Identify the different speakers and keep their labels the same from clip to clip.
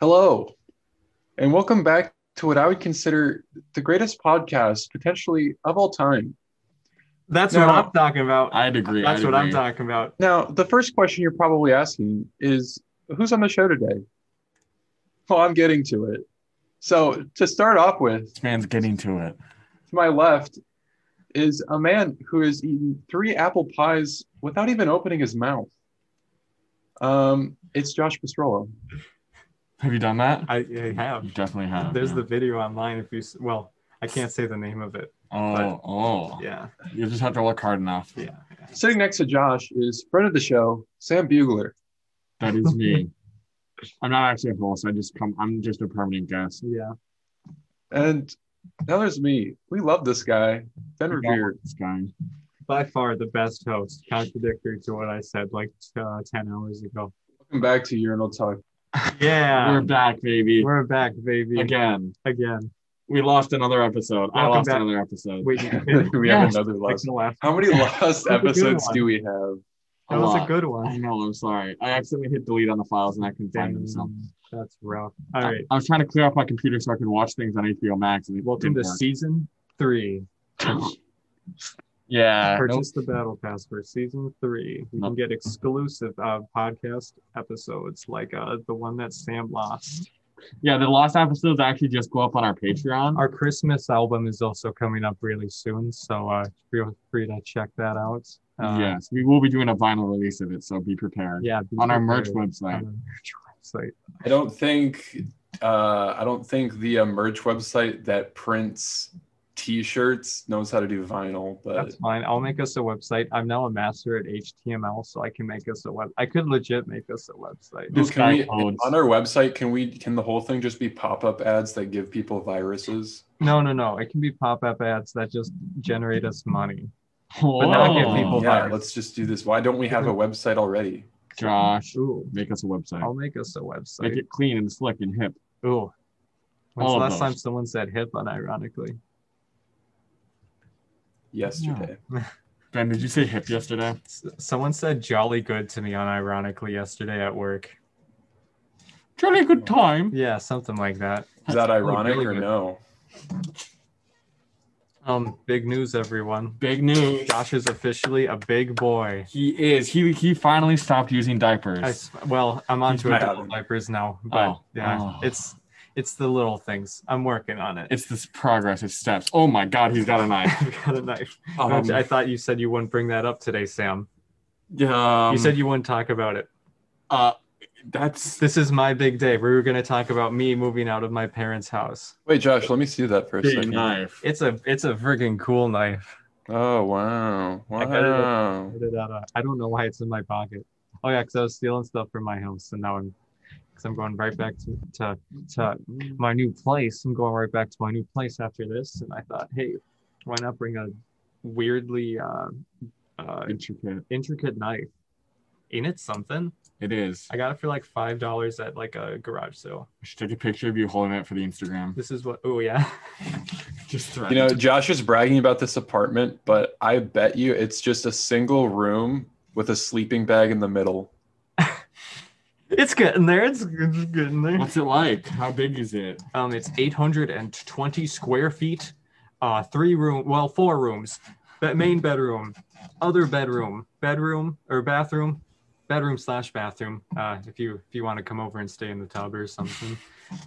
Speaker 1: Hello, and welcome back to what I would consider the greatest podcast potentially of all time.
Speaker 2: That's
Speaker 1: No.
Speaker 2: what I'm talking about.
Speaker 3: I'd agree.
Speaker 2: That's
Speaker 3: I'd
Speaker 2: what I'm
Speaker 3: agree.
Speaker 2: talking about.
Speaker 1: Now, the first question you're probably asking is who's on the show today? Well, I'm getting to it. So, to start off with,
Speaker 3: This man's getting to it.
Speaker 1: to my left is a man who has eaten three apple pies without even opening his mouth. Um, it's Josh Pastrollo.
Speaker 3: Have you done that?
Speaker 2: I, I have.
Speaker 3: You definitely have.
Speaker 2: There's
Speaker 3: yeah.
Speaker 2: the video online. If you s- well, I can't say the name of it.
Speaker 3: Oh, oh.
Speaker 2: Yeah,
Speaker 3: You just have to look hard enough.
Speaker 2: yeah. yeah.
Speaker 1: Sitting next to Josh is friend of the show, Sam Bugler.
Speaker 3: That is me. I'm not actually a host. I just come. I'm just a permanent guest.
Speaker 2: Yeah,
Speaker 1: And now there's me. We love this guy, Ben
Speaker 3: I don't
Speaker 1: Revere.
Speaker 3: like This guy.
Speaker 2: by far the best host, contradictory to what I said like uh, ten hours ago.
Speaker 1: Welcome back to Urinal Talk.
Speaker 3: We're
Speaker 2: Yeah,
Speaker 3: back, baby.
Speaker 2: we're, back, baby.
Speaker 3: Again,
Speaker 2: Again.
Speaker 3: we lost another episode. I
Speaker 2: Welcome
Speaker 3: lost
Speaker 2: back.
Speaker 3: another episode.
Speaker 2: Wait, you
Speaker 1: we
Speaker 2: kidding?
Speaker 1: have
Speaker 3: Yes.
Speaker 1: another
Speaker 2: Like
Speaker 1: lost.
Speaker 2: the last.
Speaker 1: How many lost
Speaker 2: That was a good
Speaker 1: episodes
Speaker 2: one.
Speaker 1: do we have?
Speaker 3: A
Speaker 2: That was a
Speaker 3: lot.
Speaker 2: good
Speaker 3: I
Speaker 2: one.
Speaker 3: know. I'm sorry. I accidentally hit delete on the files and I couldn't find them. So
Speaker 2: Damn, that's rough. All right,
Speaker 3: I, I was trying to clear off my computer so I could watch things on HBO Max. And it
Speaker 2: welcome to
Speaker 3: didn't
Speaker 2: season three.
Speaker 3: work. yeah. Uh, Nope.
Speaker 2: Purchase the Battle Pass for season three. You
Speaker 3: Nope.
Speaker 2: can get exclusive uh, podcast episodes like uh, the one that Sam lost.
Speaker 3: Yeah, the lost episodes actually just go up on our Patreon.
Speaker 2: Our Christmas album is also coming up really soon, so uh, feel free to check that out. Uh,
Speaker 3: yes, we will be doing a vinyl release of it, so be prepared.
Speaker 2: yeah. be
Speaker 3: on our merch
Speaker 2: prepared. On
Speaker 3: website.
Speaker 2: our merch website.
Speaker 1: I don't think uh, I don't think the uh, merch website that prints t-shirts knows how to do vinyl, but
Speaker 2: That's fine. I'll make us a website. I'm now a master at HTML, so I can make us a web. I could legit make us a website.
Speaker 3: This
Speaker 1: can
Speaker 3: guy
Speaker 1: we,
Speaker 3: codes.
Speaker 1: on our website can we can the whole thing just be pop-up ads that give people viruses?
Speaker 2: No, no, no. It can be pop-up ads that just generate us money.
Speaker 3: But
Speaker 2: now get people-
Speaker 1: yeah,
Speaker 2: virus.
Speaker 1: let's just do this. Why don't we have a website already?
Speaker 3: Josh,
Speaker 2: Ooh,
Speaker 3: make us a website.
Speaker 2: I'll make us a website.
Speaker 3: Make it clean and slick and hip.
Speaker 2: Ooh. When's
Speaker 3: All
Speaker 2: the
Speaker 3: of
Speaker 2: last
Speaker 3: those.
Speaker 2: time someone said hip unironically?
Speaker 1: Yesterday.
Speaker 3: Ben, did you say hip yesterday?
Speaker 2: S- Someone said jolly good to me unironically yesterday at work.
Speaker 3: Jolly good time.
Speaker 2: Yeah, something like that.
Speaker 1: Is that
Speaker 2: That's really,
Speaker 1: ironic
Speaker 2: really
Speaker 1: or
Speaker 2: good.
Speaker 1: no?
Speaker 2: Um, big news, everyone.
Speaker 3: Big news.
Speaker 2: Josh is officially a big boy.
Speaker 3: He is. He he finally stopped using diapers.
Speaker 2: I s well, I'm onto
Speaker 1: I
Speaker 2: adult
Speaker 1: haven't.
Speaker 2: diapers now, but
Speaker 3: Oh.
Speaker 2: yeah,
Speaker 3: Oh.
Speaker 2: it's it's the little things. I'm working on it.
Speaker 3: It's this progress. It's steps. Oh my God, he's got a knife.
Speaker 2: I've got a knife.
Speaker 3: Um,
Speaker 2: I thought you said you wouldn't bring that up today, Sam.
Speaker 3: um,
Speaker 2: you said you wouldn't talk about it.
Speaker 3: uh, that's
Speaker 2: This is my big day. We were going to talk about me moving out of my parents' house.
Speaker 1: Wait, Josh, let me see that for a
Speaker 3: big
Speaker 1: second.
Speaker 3: knife.
Speaker 2: It's a it's a friggin' cool knife.
Speaker 1: Oh wow.
Speaker 2: I got it at-
Speaker 1: Wow.
Speaker 2: I did that, uh, I don't know why it's in my pocket. Oh yeah, because I was stealing stuff from my house, and now I'm because I'm going right back to, to to my new place. I'm going right back to my new place after this, and I thought, hey, why not bring a weirdly uh, uh,
Speaker 3: Intricate.
Speaker 2: intricate knife? Ain't it something?
Speaker 3: It is.
Speaker 2: I got it for like five dollars at like a garage sale.
Speaker 3: I should take a picture of you holding it for the Instagram.
Speaker 2: This is what. Oh yeah.
Speaker 3: Just
Speaker 1: You know, Josh is bragging about this apartment, but I bet you it's just a single room with a sleeping bag in the middle.
Speaker 2: It's getting there. It's it's getting there.
Speaker 3: What's it like? How big is it?
Speaker 2: Um, it's 820 square feet, uh, three room, well, four rooms, but main bedroom, other bedroom, bedroom or bathroom, bedroom slash bathroom. Uh, if you if you want to come over and stay in the tub or something,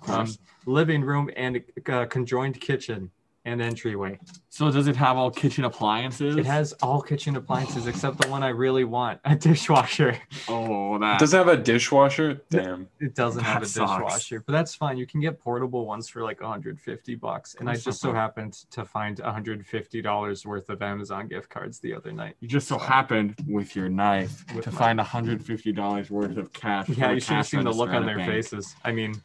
Speaker 2: um,
Speaker 3: course.
Speaker 2: living room and uh, conjoined kitchen and entryway.
Speaker 3: So does it have all kitchen appliances?
Speaker 2: It has all kitchen appliances except the one I really want, a dishwasher.
Speaker 3: Oh, that.
Speaker 1: It doesn't have a dishwasher? Damn.
Speaker 2: It doesn't have
Speaker 3: That
Speaker 2: a
Speaker 3: sucks.
Speaker 2: dishwasher, but that's fine. You can get portable ones for like 150 bucks. And I
Speaker 3: That's
Speaker 2: just
Speaker 3: not
Speaker 2: so happened to find 150 dollars worth of Amazon gift cards the other night.
Speaker 3: you just so happened with your knife
Speaker 2: With
Speaker 3: to
Speaker 2: my-
Speaker 3: find $150 worth of cash. from
Speaker 2: Yeah,
Speaker 3: a
Speaker 2: you should have
Speaker 3: cash
Speaker 2: seen the look
Speaker 3: register at
Speaker 2: on
Speaker 3: a
Speaker 2: their
Speaker 3: bank.
Speaker 2: faces. I mean,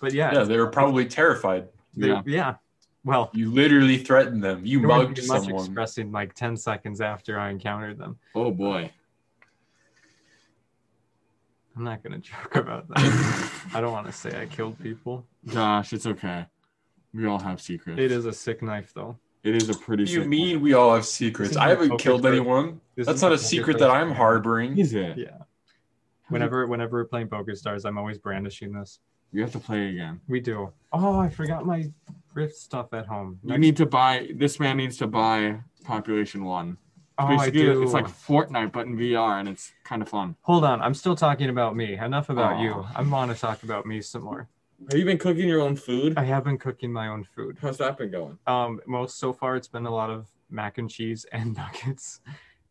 Speaker 2: but yeah,
Speaker 1: Yeah,
Speaker 2: it's-
Speaker 1: they were probably terrified.
Speaker 2: they-
Speaker 3: Yeah.
Speaker 2: yeah. Well,
Speaker 1: You literally threatened them. You
Speaker 2: there wouldn't
Speaker 1: mugged
Speaker 2: be much
Speaker 1: someone.
Speaker 2: expressing like 10 seconds after I encountered them.
Speaker 3: Oh boy.
Speaker 2: I'm not gonna joke about that. I don't want to say I killed people.
Speaker 3: Josh, it's okay. We all have secrets.
Speaker 2: It is a sick knife though.
Speaker 3: It is a pretty.
Speaker 1: What do you
Speaker 3: sick
Speaker 1: mean we all have secrets?
Speaker 2: Isn't
Speaker 1: I
Speaker 2: it
Speaker 1: haven't
Speaker 2: poker
Speaker 1: killed
Speaker 2: face?
Speaker 1: anyone.
Speaker 2: This
Speaker 1: That's
Speaker 2: is
Speaker 1: not a
Speaker 2: poker
Speaker 1: secret
Speaker 2: face.
Speaker 1: that I'm harboring.
Speaker 3: Is it?
Speaker 2: Yeah. Whenever whenever we're playing Poker Stars, I'm always brandishing this.
Speaker 3: You have to play again.
Speaker 2: We do. Oh, I forgot my Rift stuff at home.
Speaker 3: You need to buy. This man needs to buy Population One.
Speaker 2: oh, I
Speaker 3: Basically,
Speaker 2: do.
Speaker 3: It's like Fortnite but in VR, and it's kind of fun.
Speaker 2: Hold on, I'm still talking about me. Enough about you.
Speaker 3: Aw.
Speaker 2: I want to talk about me some more.
Speaker 3: Have you been cooking your own food?
Speaker 2: I have been cooking my own food.
Speaker 3: How's that been going?
Speaker 2: Um, most so far, it's been a lot of mac and cheese and nuggets.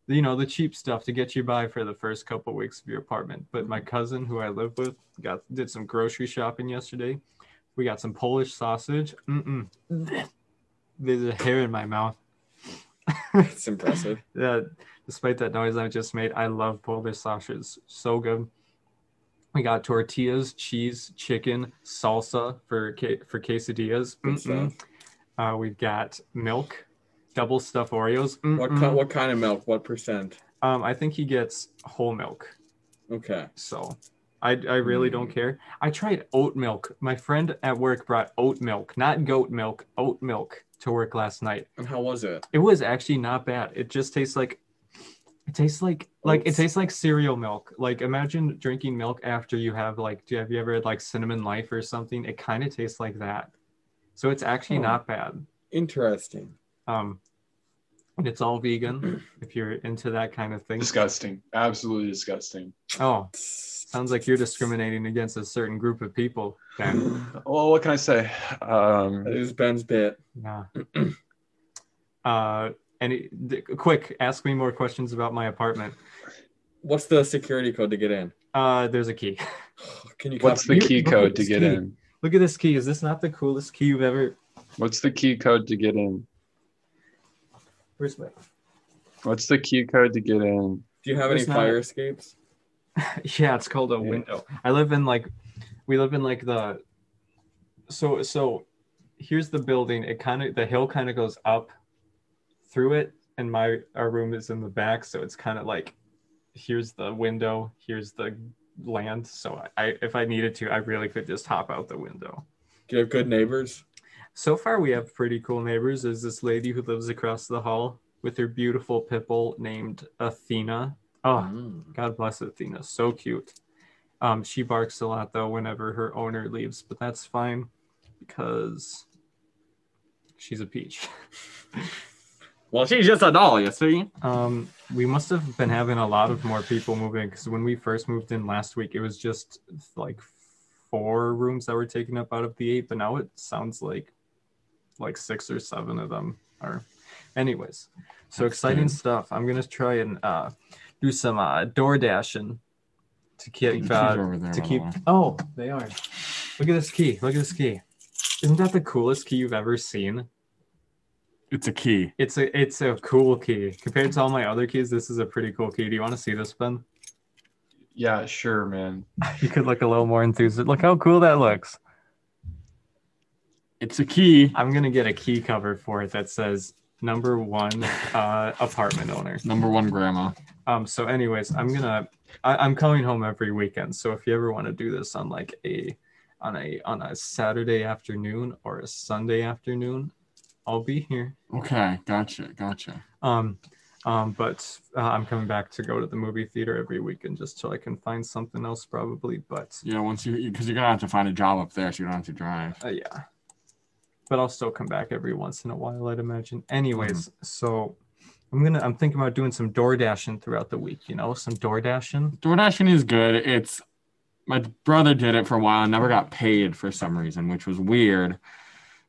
Speaker 2: You know, the cheap stuff to get you by for the first couple weeks of your apartment. But my cousin, who I live with, got did some grocery shopping yesterday. We got some Polish sausage. Mm-mm. There's a hair in my mouth.
Speaker 3: It's impressive.
Speaker 2: Yeah, despite that noise I just made, I love Polish sausages. So good. We got tortillas, cheese, chicken, salsa for ca- for quesadillas.
Speaker 3: Good
Speaker 2: Mm-mm. Uh, we've got milk, double stuffed Oreos.
Speaker 3: What
Speaker 2: Mm-mm.
Speaker 3: kind? What kind of milk? What percent?
Speaker 2: Um, I think he gets whole milk.
Speaker 3: Okay.
Speaker 2: So I, I really
Speaker 3: Mm.
Speaker 2: don't care. I tried oat milk. My friend at work brought oat milk, not goat milk, oat milk to work last night.
Speaker 3: And how was it?
Speaker 2: It was actually not bad. It just tastes like it tastes like like it
Speaker 3: Oats.
Speaker 2: tastes like cereal milk. Like imagine drinking milk after you have like do you have you ever had like cinnamon life or something? It kind of tastes like that. So it's actually
Speaker 3: Hmm.
Speaker 2: not bad.
Speaker 3: Interesting.
Speaker 2: Um and it's all vegan if you're into that kind of thing.
Speaker 1: Disgusting. Absolutely disgusting.
Speaker 2: Oh, sounds like you're discriminating against a certain group of people. Ben.
Speaker 1: Well, what can I say? Um,
Speaker 3: That is Ben's bit.
Speaker 2: Yeah. uh any th- quick ask me more questions about my apartment.
Speaker 3: What's the security code to get in?
Speaker 2: Uh there's a key.
Speaker 3: Can you?
Speaker 1: what's
Speaker 3: copy-
Speaker 1: the
Speaker 2: You-
Speaker 1: key
Speaker 2: look at
Speaker 1: code to
Speaker 2: this
Speaker 1: get
Speaker 2: key.
Speaker 1: in?
Speaker 2: Look at this key. Is this not the coolest key you've ever?
Speaker 1: What's the key code to get in?
Speaker 2: Where's my?
Speaker 1: What's the key code to get in?
Speaker 3: Do you have any
Speaker 2: It's not-
Speaker 3: fire escapes?
Speaker 2: Yeah, it's called a window. I live in like, we live in like the, so so, here's the building. It kind of the hill kind of goes up, through it, and my our room is in the back, so it's kind of like, here's the window, here's the land. So I, I if I needed to, I really could just hop out the window.
Speaker 3: Do you have good neighbors?
Speaker 2: So far, we have pretty cool neighbors. There's this lady who lives across the hall with her beautiful pipple named Athena. Oh,
Speaker 3: Mm.
Speaker 2: God bless Athena. So cute. Um, she barks a lot, though, whenever her owner leaves, but that's fine because she's a peach.
Speaker 3: Well, she's just a doll, you see.
Speaker 2: Um, we must have been having a lot of more people moving because when we first moved in last week, it was just like four rooms that were taken up out of the eight, but now it sounds like like six or seven of them are. Anyways, so exciting stuff. I'm gonna try and uh, do some uh, door dashing to keep uh, to keep. Oh, they are. Look at this key. Look at this key. Isn't that the coolest key you've ever seen?
Speaker 3: It's a key.
Speaker 2: It's a it's a cool key compared to all my other keys. This is a pretty cool key. Do you want to see this, Ben?
Speaker 1: Yeah, sure, man.
Speaker 2: You could look a little more enthusiastic. Look how cool that looks.
Speaker 3: It's a key.
Speaker 2: I'm gonna get a key cover for it that says number one uh, apartment owner.
Speaker 3: Number one, grandma.
Speaker 2: Um. So, anyways, I'm gonna I, I'm coming home every weekend. So if you ever want to do this on like a on a on a Saturday afternoon or a Sunday afternoon, I'll be here.
Speaker 3: Okay, gotcha, gotcha.
Speaker 2: Um, um, but uh, I'm coming back to go to the movie theater every weekend just so I can find something else probably. But
Speaker 3: Yeah, once you, because you're gonna have to find a job up there, so you don't have to drive.
Speaker 2: uh, yeah, but I'll still come back every once in a while, I'd imagine. Anyways, so I'm gonna I'm thinking about doing some door dashing throughout the week. You know, some door dashing.
Speaker 3: Door dashing is good. It's my brother did it for a while and never got paid for some reason, which was weird.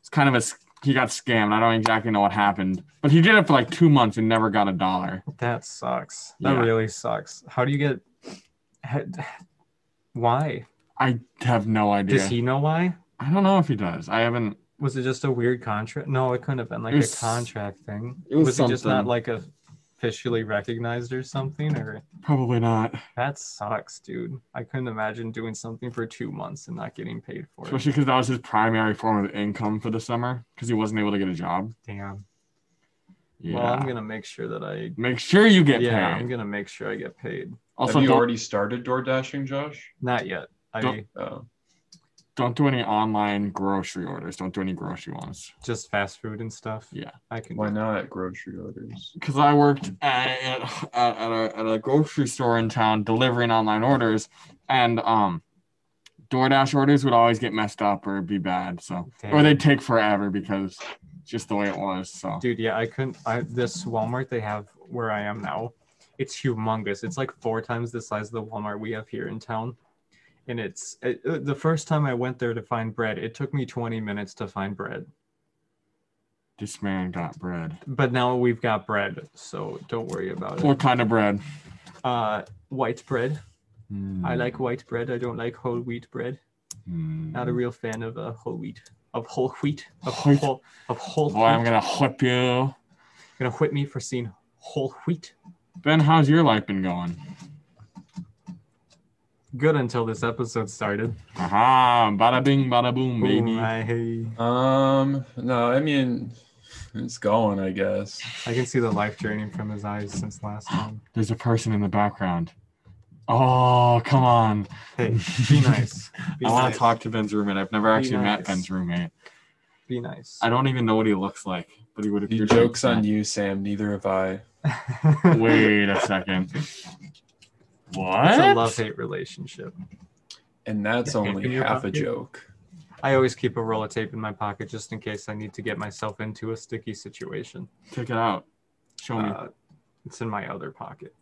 Speaker 3: It's kind of a s- he got scammed. I don't exactly know what happened, but he did it for like two months and never got a dollar.
Speaker 2: That sucks. That
Speaker 3: Yeah.
Speaker 2: really sucks. How do you get? ha- Why
Speaker 3: I have no idea.
Speaker 2: does he know why?
Speaker 3: I don't know if he does. I haven't.
Speaker 2: Was it just a weird contract? No, it couldn't have been like
Speaker 3: It was-
Speaker 2: a contract thing.
Speaker 3: it was
Speaker 2: was it just not
Speaker 3: something.
Speaker 2: like officially recognized or something? Or
Speaker 3: Probably not,
Speaker 2: that sucks, dude. I couldn't imagine doing something for two months and not getting paid for it.
Speaker 3: especially because that was his primary form of income for the summer because he wasn't able to get a job.
Speaker 2: Damn.
Speaker 3: Yeah.
Speaker 2: Well, I'm gonna make sure that I.
Speaker 3: Make sure you get
Speaker 2: yeah,
Speaker 3: paid.
Speaker 2: I'm gonna make sure I get paid.
Speaker 3: also,
Speaker 1: Have you
Speaker 3: don't,
Speaker 1: already started door dashing, Josh?
Speaker 2: Not yet. I
Speaker 3: Don't-
Speaker 1: Oh.
Speaker 3: Don't do any online grocery orders. Don't do any grocery ones.
Speaker 2: Just fast food and stuff.
Speaker 3: Yeah.
Speaker 2: I can.
Speaker 1: Why not grocery orders?
Speaker 3: because I worked at, at, at, a, at a grocery store in town delivering online orders, and um, DoorDash orders would always get messed up or be bad. So, or
Speaker 2: Damn.
Speaker 3: they'd take forever because it's just the way it was. So,
Speaker 2: Dude, yeah, I couldn't. I this Walmart they have where I am now, it's humongous. It's like four times the size of the Walmart we have here in town, and it's it, uh, the first time I went there to find bread. It took me 20 minutes to find bread,
Speaker 3: this man got bread.
Speaker 2: but now we've got bread, so don't worry about it.
Speaker 3: What kind of bread?
Speaker 2: Uh, white bread. I
Speaker 3: Mm,
Speaker 2: like white bread. I don't like whole wheat bread.
Speaker 3: mm.
Speaker 2: Not a real fan of uh, whole wheat. Of whole wheat. Of
Speaker 3: Wheat.
Speaker 2: whole. Of whole.
Speaker 3: Boy, I'm
Speaker 2: wheat.
Speaker 3: gonna whip you.
Speaker 2: gonna whip me for seeing whole wheat.
Speaker 3: Ben, how's your life been going?
Speaker 2: Good until this episode started.
Speaker 3: Aha! Bada bing, bada boom, baby.
Speaker 2: Ooh, I,
Speaker 1: Um, no, I mean, it's going, I guess.
Speaker 2: I can see the life draining from his eyes since last time.
Speaker 3: There's a person in the background. Oh, come on.
Speaker 2: Hey, be nice. Be
Speaker 3: I want
Speaker 2: nice.
Speaker 3: to talk to Ben's roommate. I've never
Speaker 2: Be
Speaker 3: actually met
Speaker 2: nice.
Speaker 3: Ben's roommate.
Speaker 2: Be nice.
Speaker 3: I don't even know what he looks like, but he would
Speaker 1: The
Speaker 3: appear. to be
Speaker 1: joke's on you, Sam. Neither have I.
Speaker 3: fat. Wait a second. What?
Speaker 2: it's a love hate relationship.
Speaker 1: And that's
Speaker 2: In
Speaker 1: only
Speaker 2: your
Speaker 1: half a
Speaker 2: pocket?
Speaker 1: joke.
Speaker 2: I always keep a roll of tape in my pocket just in case I need to get myself into a sticky situation.
Speaker 3: Check it out. Show me.
Speaker 2: Uh, it's in my other pocket.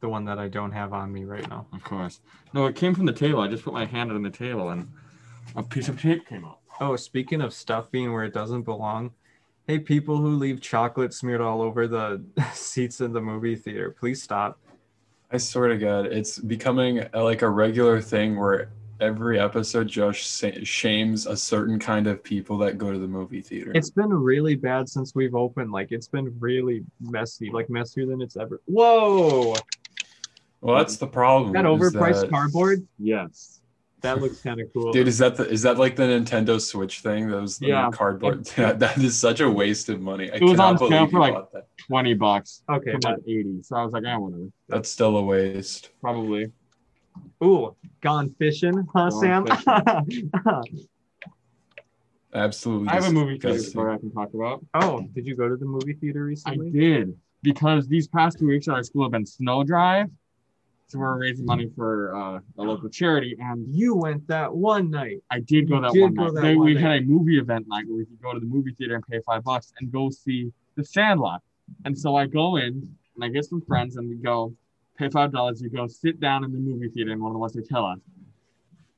Speaker 2: The one that I don't have on me right now.
Speaker 3: of course. No, it came from the table. I just put my hand on the table and a piece of tape came out.
Speaker 2: Oh, speaking of stuff being where it doesn't belong, hey, people who leave chocolate smeared all over the seats in the movie theater, please stop.
Speaker 1: I swear to God, it's becoming uh like a regular thing where every episode Josh sa- shames a certain kind of people that go to the movie theater.
Speaker 2: It's been really bad since we've opened. Like, it's been really messy, like messier than it's ever. Whoa!
Speaker 1: well, that's the problem.
Speaker 2: That
Speaker 1: is
Speaker 2: overpriced
Speaker 1: that-
Speaker 2: cardboard?
Speaker 3: Yes.
Speaker 2: That looks kind of cool.
Speaker 1: Dude, is that the is that like the Nintendo Switch thing? Those the
Speaker 3: Yeah.
Speaker 1: cardboard. that is such a waste of money. I
Speaker 3: It was
Speaker 1: cannot
Speaker 3: on sale
Speaker 1: believe
Speaker 3: for,
Speaker 1: you
Speaker 3: like-
Speaker 1: bought that.
Speaker 3: Twenty bucks.
Speaker 2: okay.
Speaker 3: About eighty. So I was like, I whatever.
Speaker 1: That's still a waste.
Speaker 3: Probably.
Speaker 2: that- ooh, gone fishing, huh, Sam?
Speaker 3: Gone
Speaker 1: Absolutely.
Speaker 3: I have a movie theater
Speaker 1: disgusting.
Speaker 3: story I can talk about.
Speaker 2: oh, did you go to the movie theater
Speaker 3: I
Speaker 2: recently?
Speaker 3: did because these past two weeks at our school have been snow drive, so we're raising money for uh, a local charity, and
Speaker 2: You went that one night.
Speaker 3: I did go
Speaker 2: You
Speaker 3: that
Speaker 2: did
Speaker 3: one
Speaker 2: go
Speaker 3: night.
Speaker 2: that
Speaker 3: They-
Speaker 2: one
Speaker 3: we
Speaker 2: night.
Speaker 3: had a movie event night where we could go to the movie theater and pay five bucks and go see The Sandlot. And so I go in and I get some friends and we go pay five dollars. We go sit down in the movie theater in one of the ones they tell us,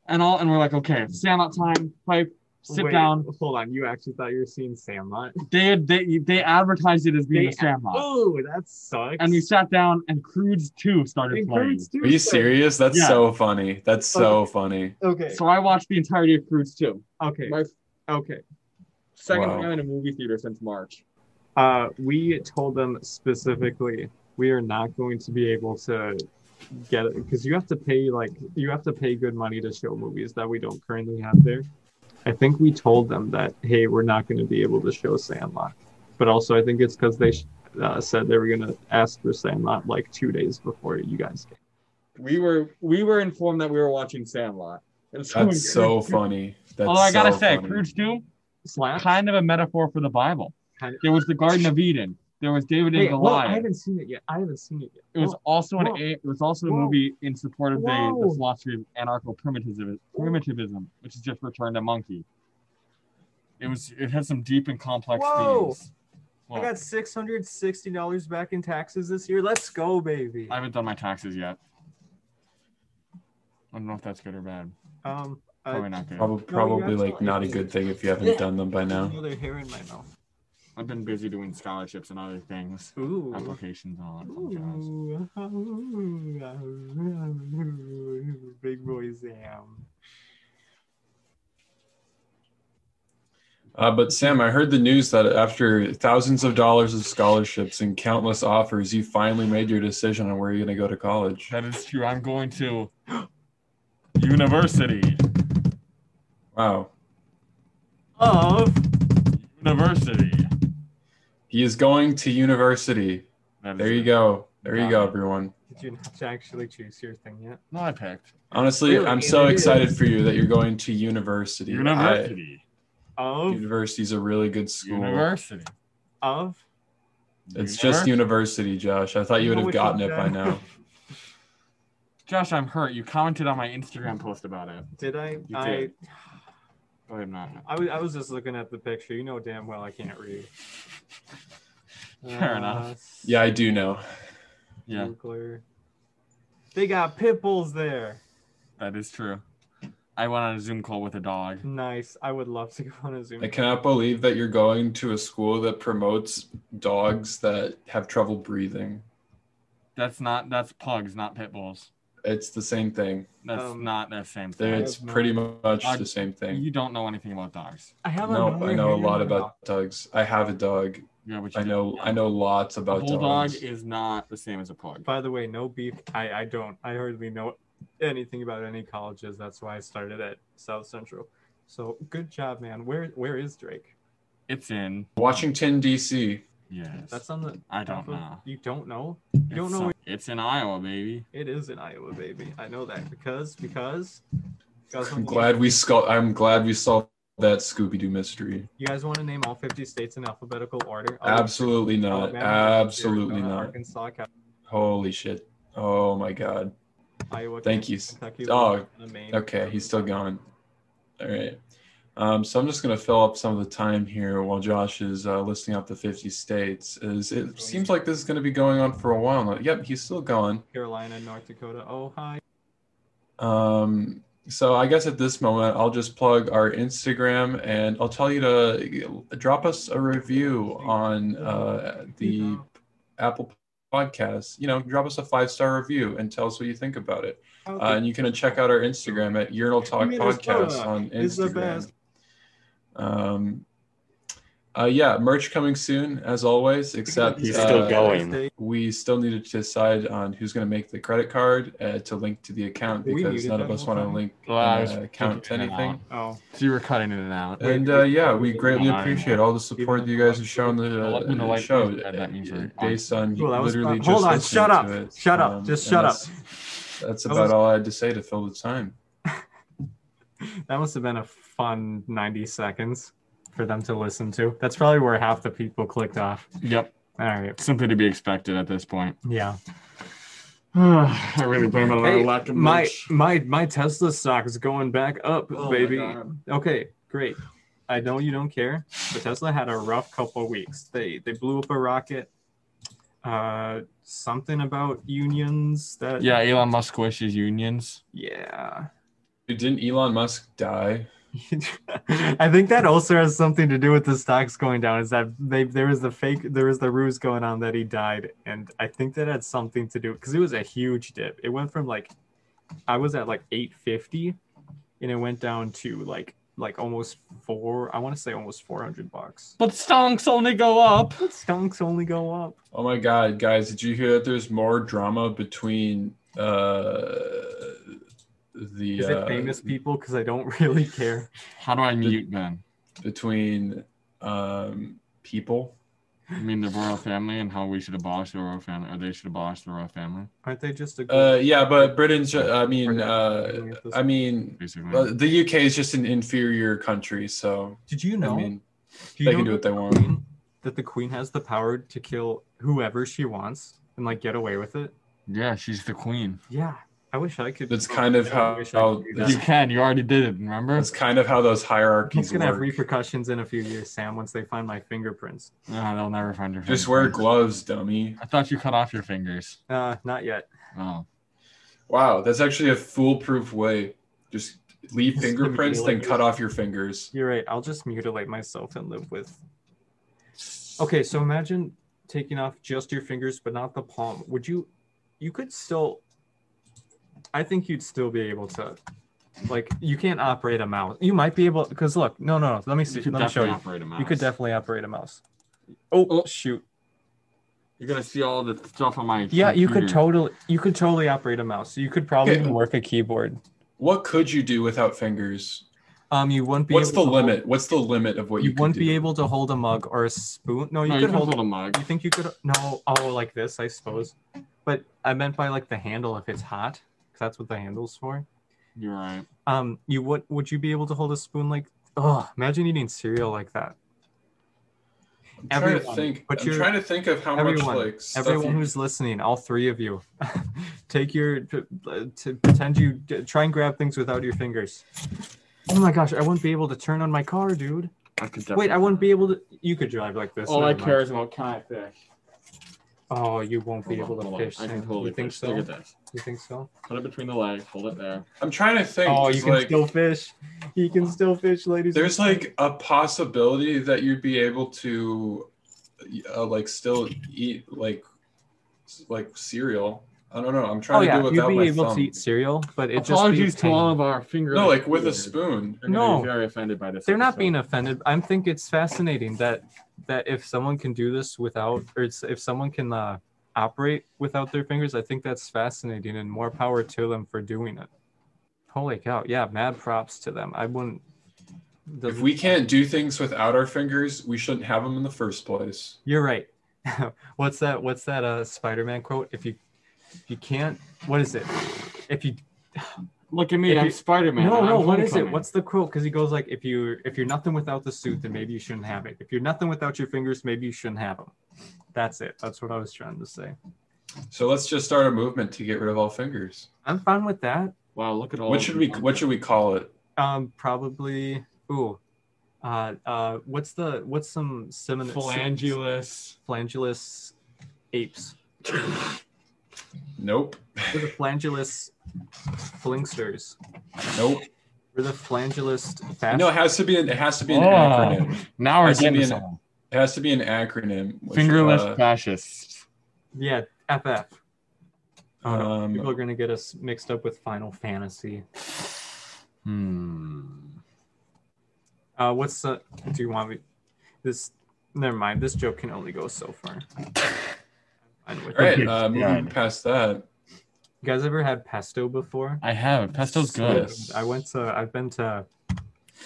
Speaker 3: and all and we're like, okay, Sandlot time, pipe. Sit
Speaker 2: Wait,
Speaker 3: down.
Speaker 2: Hold on. You actually thought you were seeing Sandlot?
Speaker 3: They they they advertised it as being
Speaker 2: They-
Speaker 3: a Sandlot.
Speaker 2: Oh, that sucks.
Speaker 3: and we sat down and Crudes 2 started
Speaker 2: And
Speaker 3: playing.
Speaker 2: Crude's too,
Speaker 1: Are you
Speaker 2: so-
Speaker 1: serious? That's
Speaker 3: Yeah. oh
Speaker 1: so funny. That's so funny.
Speaker 2: Okay.
Speaker 3: So I watched the entirety of Crudes 2.
Speaker 2: Okay.
Speaker 3: My
Speaker 2: Okay.
Speaker 3: second
Speaker 1: Wow.
Speaker 3: time in a movie theater since March.
Speaker 2: Uh, we told them specifically we are not going to be able to get it because you have to pay like you have to pay good money to show movies that we don't currently have there. I think we told them that hey, we're not going to be able to show Sandlot, but also I think it's because they sh- uh, said they were going to ask for Sandlot like two days before you guys came.
Speaker 3: We were we were informed that we were watching Sandlot. And
Speaker 1: That's so funny. That's
Speaker 3: Although I gotta
Speaker 1: so
Speaker 3: say,
Speaker 1: funny.
Speaker 3: Crudes 2,
Speaker 2: Slap.
Speaker 3: kind of a metaphor for the Bible.
Speaker 2: Kind of-
Speaker 3: There was the Garden of Eden. There was David and
Speaker 2: Hey, whoa, I
Speaker 3: Goliath.
Speaker 2: haven't seen it yet. I haven't seen it yet.
Speaker 3: It was also an
Speaker 2: whoa.
Speaker 3: a, it was also a
Speaker 2: Whoa.
Speaker 3: movie in support of the, the
Speaker 2: Whoa.
Speaker 3: philosophy of anarcho primitivism primitivism, which is just return to monkey. It was it had some deep and complex
Speaker 2: Whoa.
Speaker 3: themes.
Speaker 2: Whoa. I
Speaker 3: Well,
Speaker 2: got six hundred sixty dollars back in taxes this year. Let's go, baby.
Speaker 3: I haven't done my taxes yet. I don't know if that's good or bad.
Speaker 2: Um, uh,
Speaker 3: Probably not good.
Speaker 1: Probably,
Speaker 2: No, you
Speaker 1: probably like
Speaker 2: absolutely-
Speaker 1: not a good thing if you haven't done them by now.
Speaker 2: another hair in my mouth.
Speaker 3: I've been busy doing scholarships and other things,
Speaker 2: Ooh.
Speaker 3: applications and all that fun jazz.
Speaker 2: Ooh. Big boy Sam.
Speaker 1: Uh, but Sam, I heard the news that after thousands of dollars of scholarships and countless offers, you finally made your decision on where you're going to go to college.
Speaker 3: That is true. I'm going to university.
Speaker 1: Wow.
Speaker 2: Of
Speaker 3: University.
Speaker 1: He is going to university.
Speaker 3: That is
Speaker 1: There you
Speaker 3: it.
Speaker 1: go. There you
Speaker 3: Got
Speaker 1: go,
Speaker 3: it.
Speaker 1: everyone.
Speaker 2: Did you not actually choose your thing yet?
Speaker 3: No, I picked
Speaker 1: Honestly,
Speaker 2: Really?
Speaker 1: I'm so
Speaker 2: It is.
Speaker 1: excited for you that you're going to university.
Speaker 3: university.
Speaker 1: I,
Speaker 2: Of
Speaker 1: university's a really good school.
Speaker 3: University.
Speaker 2: of
Speaker 1: It's just
Speaker 3: Univer-
Speaker 1: university, Josh. I thought you would have
Speaker 2: Which
Speaker 1: gotten it
Speaker 2: one's
Speaker 1: by
Speaker 2: that?
Speaker 1: now.
Speaker 3: Josh, I'm hurt. You commented on my Instagram post about it.
Speaker 2: Did I?
Speaker 3: You
Speaker 2: I,
Speaker 3: did. But I'm not.
Speaker 2: I was I was just looking at the picture. You know damn well I can't read. Uh,
Speaker 3: Fair enough.
Speaker 1: Yeah, I do know.
Speaker 3: Yeah,
Speaker 2: Mm. Nuclear. They got pit bulls there.
Speaker 3: that is true. I went on a Zoom call with a dog.
Speaker 2: Nice. I would love to go on a Zoom.
Speaker 1: I cannot believe that you're going to a school that promotes dogs that have trouble breathing.
Speaker 3: That's not. That's pugs, not pit bulls.
Speaker 1: It's the same thing.
Speaker 3: That's
Speaker 2: Um,
Speaker 3: not that same
Speaker 1: They're-
Speaker 3: thing.
Speaker 1: It's pretty much
Speaker 3: I-
Speaker 1: the same thing.
Speaker 3: You don't know anything about dogs.
Speaker 2: I have
Speaker 1: No,
Speaker 2: another
Speaker 1: I know a
Speaker 2: hand
Speaker 1: lot
Speaker 2: now.
Speaker 1: about dogs. I have a dog.
Speaker 3: Yeah, but you
Speaker 1: I
Speaker 3: don't-
Speaker 1: know. I know lots
Speaker 3: A
Speaker 1: about
Speaker 3: bulldog
Speaker 1: dogs.
Speaker 3: is not the same as a pug.
Speaker 2: By the way, no beef. I I don't. I hardly know anything about any colleges. That's why I started at South Central. So good job, man. Where where is Drake?
Speaker 3: It's in.
Speaker 1: Washington D.C.
Speaker 3: Yes.
Speaker 2: That's on the.
Speaker 3: I don't
Speaker 2: top of-
Speaker 3: know.
Speaker 2: You don't know?
Speaker 3: It's,
Speaker 2: don't know
Speaker 3: some-
Speaker 2: where-
Speaker 3: it's in Iowa, baby.
Speaker 2: It is in Iowa, baby. I know that because because. because
Speaker 1: I'm glad we sco- I'm glad we solved that Scooby Doo mystery.
Speaker 2: You guys want to name all 50 states in alphabetical order?
Speaker 1: Absolutely
Speaker 2: Oh,
Speaker 1: not.
Speaker 2: Alabama,
Speaker 1: Absolutely
Speaker 2: Arizona,
Speaker 1: not.
Speaker 2: Arkansas, Cal-
Speaker 1: Holy shit. Oh my god.
Speaker 2: Iowa.
Speaker 1: Thank you.
Speaker 2: Kentucky,
Speaker 1: Oh,
Speaker 2: Louisiana, Maine.
Speaker 1: Okay, he's still gone. All right. Um, so I'm just going to fill up some of the time here while Josh is uh, listing out the 50 states. Is it seems like this is going to be going on for a while now. Yep, he's still going.
Speaker 2: Carolina, North Dakota, Ohio.
Speaker 1: Um, so I guess at this moment, I'll just plug our Instagram and I'll tell you to drop us a review on uh, the Apple Podcasts. You know, drop us a five star review and tell us what you think about it. Uh, and you can check out our Instagram at Urinal Talk
Speaker 2: mean it's
Speaker 1: Podcast
Speaker 2: fuck?
Speaker 1: on
Speaker 2: It's the
Speaker 1: Instagram.
Speaker 2: best.
Speaker 1: Um, uh, yeah, merch coming soon, as always, except
Speaker 3: He's
Speaker 1: uh,
Speaker 3: still going.
Speaker 1: we still needed to decide on who's going to make the credit card uh, to link to the account
Speaker 2: We
Speaker 1: because
Speaker 2: muted
Speaker 1: none
Speaker 2: that
Speaker 1: of us
Speaker 2: whole
Speaker 1: want to
Speaker 2: time?
Speaker 1: link
Speaker 3: Well, I
Speaker 1: uh,
Speaker 3: was
Speaker 1: account to
Speaker 3: kicking it out.
Speaker 1: anything.
Speaker 2: Oh,
Speaker 3: So you were cutting in and out.
Speaker 1: And
Speaker 2: Wait,
Speaker 1: uh,
Speaker 2: wait,
Speaker 1: yeah,
Speaker 2: wait,
Speaker 1: we
Speaker 2: wait,
Speaker 1: greatly
Speaker 3: wait.
Speaker 1: appreciate all the support that you guys have shown the,
Speaker 3: Well, when the
Speaker 1: uh,
Speaker 3: light
Speaker 1: show,
Speaker 3: goes red, that means
Speaker 1: uh,
Speaker 3: we're on.
Speaker 1: based on
Speaker 2: Cool, that was
Speaker 1: literally
Speaker 2: fun.
Speaker 1: just
Speaker 2: Hold on,
Speaker 1: listening
Speaker 2: shut up,
Speaker 1: to it. Um,
Speaker 2: shut up, just
Speaker 1: and
Speaker 2: shut
Speaker 1: that's- That's
Speaker 2: That
Speaker 1: about
Speaker 2: was-
Speaker 1: all I had to say to fill the time.
Speaker 2: that must have been a fun 90 seconds for them to listen to. That's probably where half the people clicked off.
Speaker 3: Yep.
Speaker 2: All right.
Speaker 3: Something to be expected at this point.
Speaker 2: Yeah.
Speaker 3: I really blame it on our
Speaker 2: Hey,
Speaker 3: lack of
Speaker 2: my
Speaker 3: merch.
Speaker 2: my my Tesla stock is going back up,
Speaker 3: Oh my
Speaker 2: baby.
Speaker 3: God.
Speaker 2: Okay, great. I know you don't care, but Tesla had a rough couple weeks. They they blew up a rocket. Uh, something about unions that
Speaker 3: Yeah, Elon Musk wishes unions.
Speaker 2: yeah.
Speaker 1: Dude, didn't Elon Musk die?
Speaker 2: I think that also has something to do with the stocks going down. Is that they there was the fake there was the ruse going on that he died, and I think that had something to do because it was a huge dip. It went from like I was at like eight fifty, and it went down to like like almost four. I want to say almost four hundred bucks.
Speaker 3: But stonks only go up.
Speaker 2: But stonks only go up.
Speaker 1: Oh my God, guys, did you hear that there's more drama between uh, the
Speaker 2: Is
Speaker 1: uh,
Speaker 2: it famous people? Because I don't really care.
Speaker 3: How do I mute Ben?
Speaker 1: between um, people?
Speaker 3: I mean, the royal family and how we should abolish the royal family, or they should abolish the royal family,
Speaker 2: Aren't they just a
Speaker 1: Uh, yeah, but Britain's, I mean,
Speaker 2: We're not
Speaker 1: uh,
Speaker 2: doing it this
Speaker 1: I mean,
Speaker 3: basically.
Speaker 1: Well, the UK is just an inferior country, so
Speaker 2: Did you know?
Speaker 1: I mean,
Speaker 2: do you
Speaker 1: they can
Speaker 2: know
Speaker 1: do what they want.
Speaker 2: queen that the queen has the power to kill whoever she wants and like get away with it.
Speaker 3: yeah, she's the queen.
Speaker 2: Yeah, I wish I could.
Speaker 1: That's kind of
Speaker 2: I
Speaker 1: how-
Speaker 2: wish I
Speaker 1: how
Speaker 2: could do
Speaker 1: this-
Speaker 3: You
Speaker 2: that.
Speaker 3: can. You already did it. Remember?
Speaker 1: That's kind of how those hierarchies
Speaker 2: It's gonna have
Speaker 1: work.
Speaker 2: repercussions in a few years, Sam. Once they find my fingerprints.
Speaker 3: Ah, they'll never find your.
Speaker 1: Just
Speaker 3: fingerprints.
Speaker 1: wear gloves, dummy.
Speaker 3: I thought you cut off your fingers.
Speaker 2: Uh, not yet.
Speaker 3: Oh,
Speaker 1: Wow, that's actually a foolproof way. Just leave
Speaker 2: Just
Speaker 1: fingerprints, then
Speaker 2: immediately.
Speaker 1: cut off your fingers.
Speaker 2: You're right. I'll just mutilate myself and live with. Okay, so imagine taking off just your fingers, but not the palm. Would you? You could still. I think you'd still be able to. Like you can't operate a mouse. You might be able because look, no, no, no. Let me see.
Speaker 3: you could
Speaker 2: Let me show
Speaker 3: definitely
Speaker 2: you.
Speaker 3: operate a mouse.
Speaker 2: You could definitely operate a mouse. Oh,
Speaker 3: Oh.
Speaker 2: shoot!
Speaker 3: You're gonna see all the stuff on my.
Speaker 2: Yeah, you could
Speaker 3: computer.
Speaker 2: totally you could totally operate a mouse. You could probably
Speaker 1: Okay.
Speaker 2: even work a keyboard.
Speaker 1: What could you do without fingers?
Speaker 2: Um, you wouldn't be.
Speaker 1: What's the
Speaker 2: able to hold-
Speaker 1: limit? What's the limit of what
Speaker 2: you
Speaker 1: you, can
Speaker 2: wouldn't
Speaker 1: do?
Speaker 2: be able to hold a mug or a spoon. No, you
Speaker 3: No,
Speaker 2: could hold.
Speaker 3: a mug.
Speaker 2: You think you could? No. Oh, like this, I suppose. But I meant by like the handle if it's hot, because that's what the handle's for.
Speaker 3: You're right.
Speaker 2: Um, you would would you be able to hold a spoon like? Oh, imagine eating cereal like that.
Speaker 1: I'm trying
Speaker 2: Everyone,
Speaker 1: to think.
Speaker 2: put
Speaker 1: I'm
Speaker 2: your-
Speaker 1: trying to think of how
Speaker 2: everyone,
Speaker 1: much like stuff
Speaker 2: Everyone
Speaker 1: you-
Speaker 2: who's listening, all three of you, take your to, to pretend you try and grab things without your fingers. Oh my gosh, I wouldn't be able to turn on my car, dude.
Speaker 3: I could
Speaker 2: Wait, I wouldn't be able to. You could drive like this.
Speaker 3: All
Speaker 2: never
Speaker 3: I
Speaker 2: mind.
Speaker 3: care is about can I fish.
Speaker 2: Oh, you won't be able
Speaker 3: Hold on,
Speaker 2: to
Speaker 3: hold on.
Speaker 2: fish.
Speaker 3: I
Speaker 2: Sam.
Speaker 3: can totally
Speaker 2: you think
Speaker 3: fish.
Speaker 2: so?
Speaker 3: Look at this.
Speaker 2: You think so?
Speaker 3: Put it between the legs. Hold it there.
Speaker 1: I'm trying to think.
Speaker 2: Oh, you
Speaker 1: 'cause,
Speaker 2: can
Speaker 1: like,
Speaker 2: still fish. You can still fish, ladies. and
Speaker 1: there's like a possibility that you'd be able to uh, like still eat like s- like cereal i don't know i'm trying
Speaker 2: oh
Speaker 1: to
Speaker 2: yeah,
Speaker 1: do it
Speaker 2: you'd
Speaker 1: without
Speaker 2: be
Speaker 1: my
Speaker 2: able
Speaker 1: thumb
Speaker 2: to eat cereal, but it
Speaker 3: Apologies
Speaker 2: just
Speaker 3: to all of our fingers.
Speaker 1: no like with a spoon
Speaker 3: They're gonna
Speaker 2: No.
Speaker 3: be very offended by this.
Speaker 2: They're not
Speaker 3: episode.
Speaker 2: being offended. I think it's fascinating that that if someone can do this without, or it's, if someone can uh, operate without their fingers, I think that's fascinating and more power to them for doing it. Holy cow! Yeah, mad props to them. I wouldn't.
Speaker 1: if we can't do things without our fingers we shouldn't have them in the first place
Speaker 2: You're right. what's that? What's that? Uh, Spider-Man quote. If you, if you can't, what is it? If you
Speaker 3: Look at me.
Speaker 2: If
Speaker 3: I'm
Speaker 2: you-
Speaker 3: Spider Man.
Speaker 2: no, no, what is it? What's the quote? Because he goes like, if you if you're nothing without the suit, then maybe you shouldn't have it. If you're nothing without your fingers, maybe you shouldn't have them. That's it. That's what I was trying to say.
Speaker 1: so let's just start a movement to get rid of all fingers
Speaker 2: I'm fine with that.
Speaker 3: Wow, look at all.
Speaker 1: what
Speaker 3: of
Speaker 1: should
Speaker 3: them.
Speaker 1: we what should we call it
Speaker 2: Um, probably. Ooh, uh, uh, what's the what's some semin-
Speaker 3: Phalangulus.
Speaker 2: flangulus apes?
Speaker 1: nope
Speaker 2: We're the flangulus flingsters.
Speaker 1: nope
Speaker 2: We're the flangulist fast.
Speaker 1: no it has to be an, it has to be an
Speaker 3: Oh.
Speaker 1: acronym
Speaker 3: Now
Speaker 1: I
Speaker 3: we're
Speaker 1: see
Speaker 3: getting
Speaker 1: being-
Speaker 3: somewhere.
Speaker 1: it has to be an acronym which,
Speaker 3: fingerless
Speaker 1: uh,
Speaker 3: fascists.
Speaker 2: yeah, FF. Oh, no.
Speaker 1: um,
Speaker 2: People are gonna get us mixed up with Final Fantasy.
Speaker 3: Hmm.
Speaker 2: Uh, what's the? Do you want me? This. Never mind. This joke can only go so far. Fine with
Speaker 1: all
Speaker 2: it.
Speaker 1: right uh, moving
Speaker 3: Yeah.
Speaker 1: past that
Speaker 2: You guys ever had pesto before?
Speaker 3: I have pesto's
Speaker 1: So-
Speaker 3: good.
Speaker 1: Yes.
Speaker 2: I went to. I've been to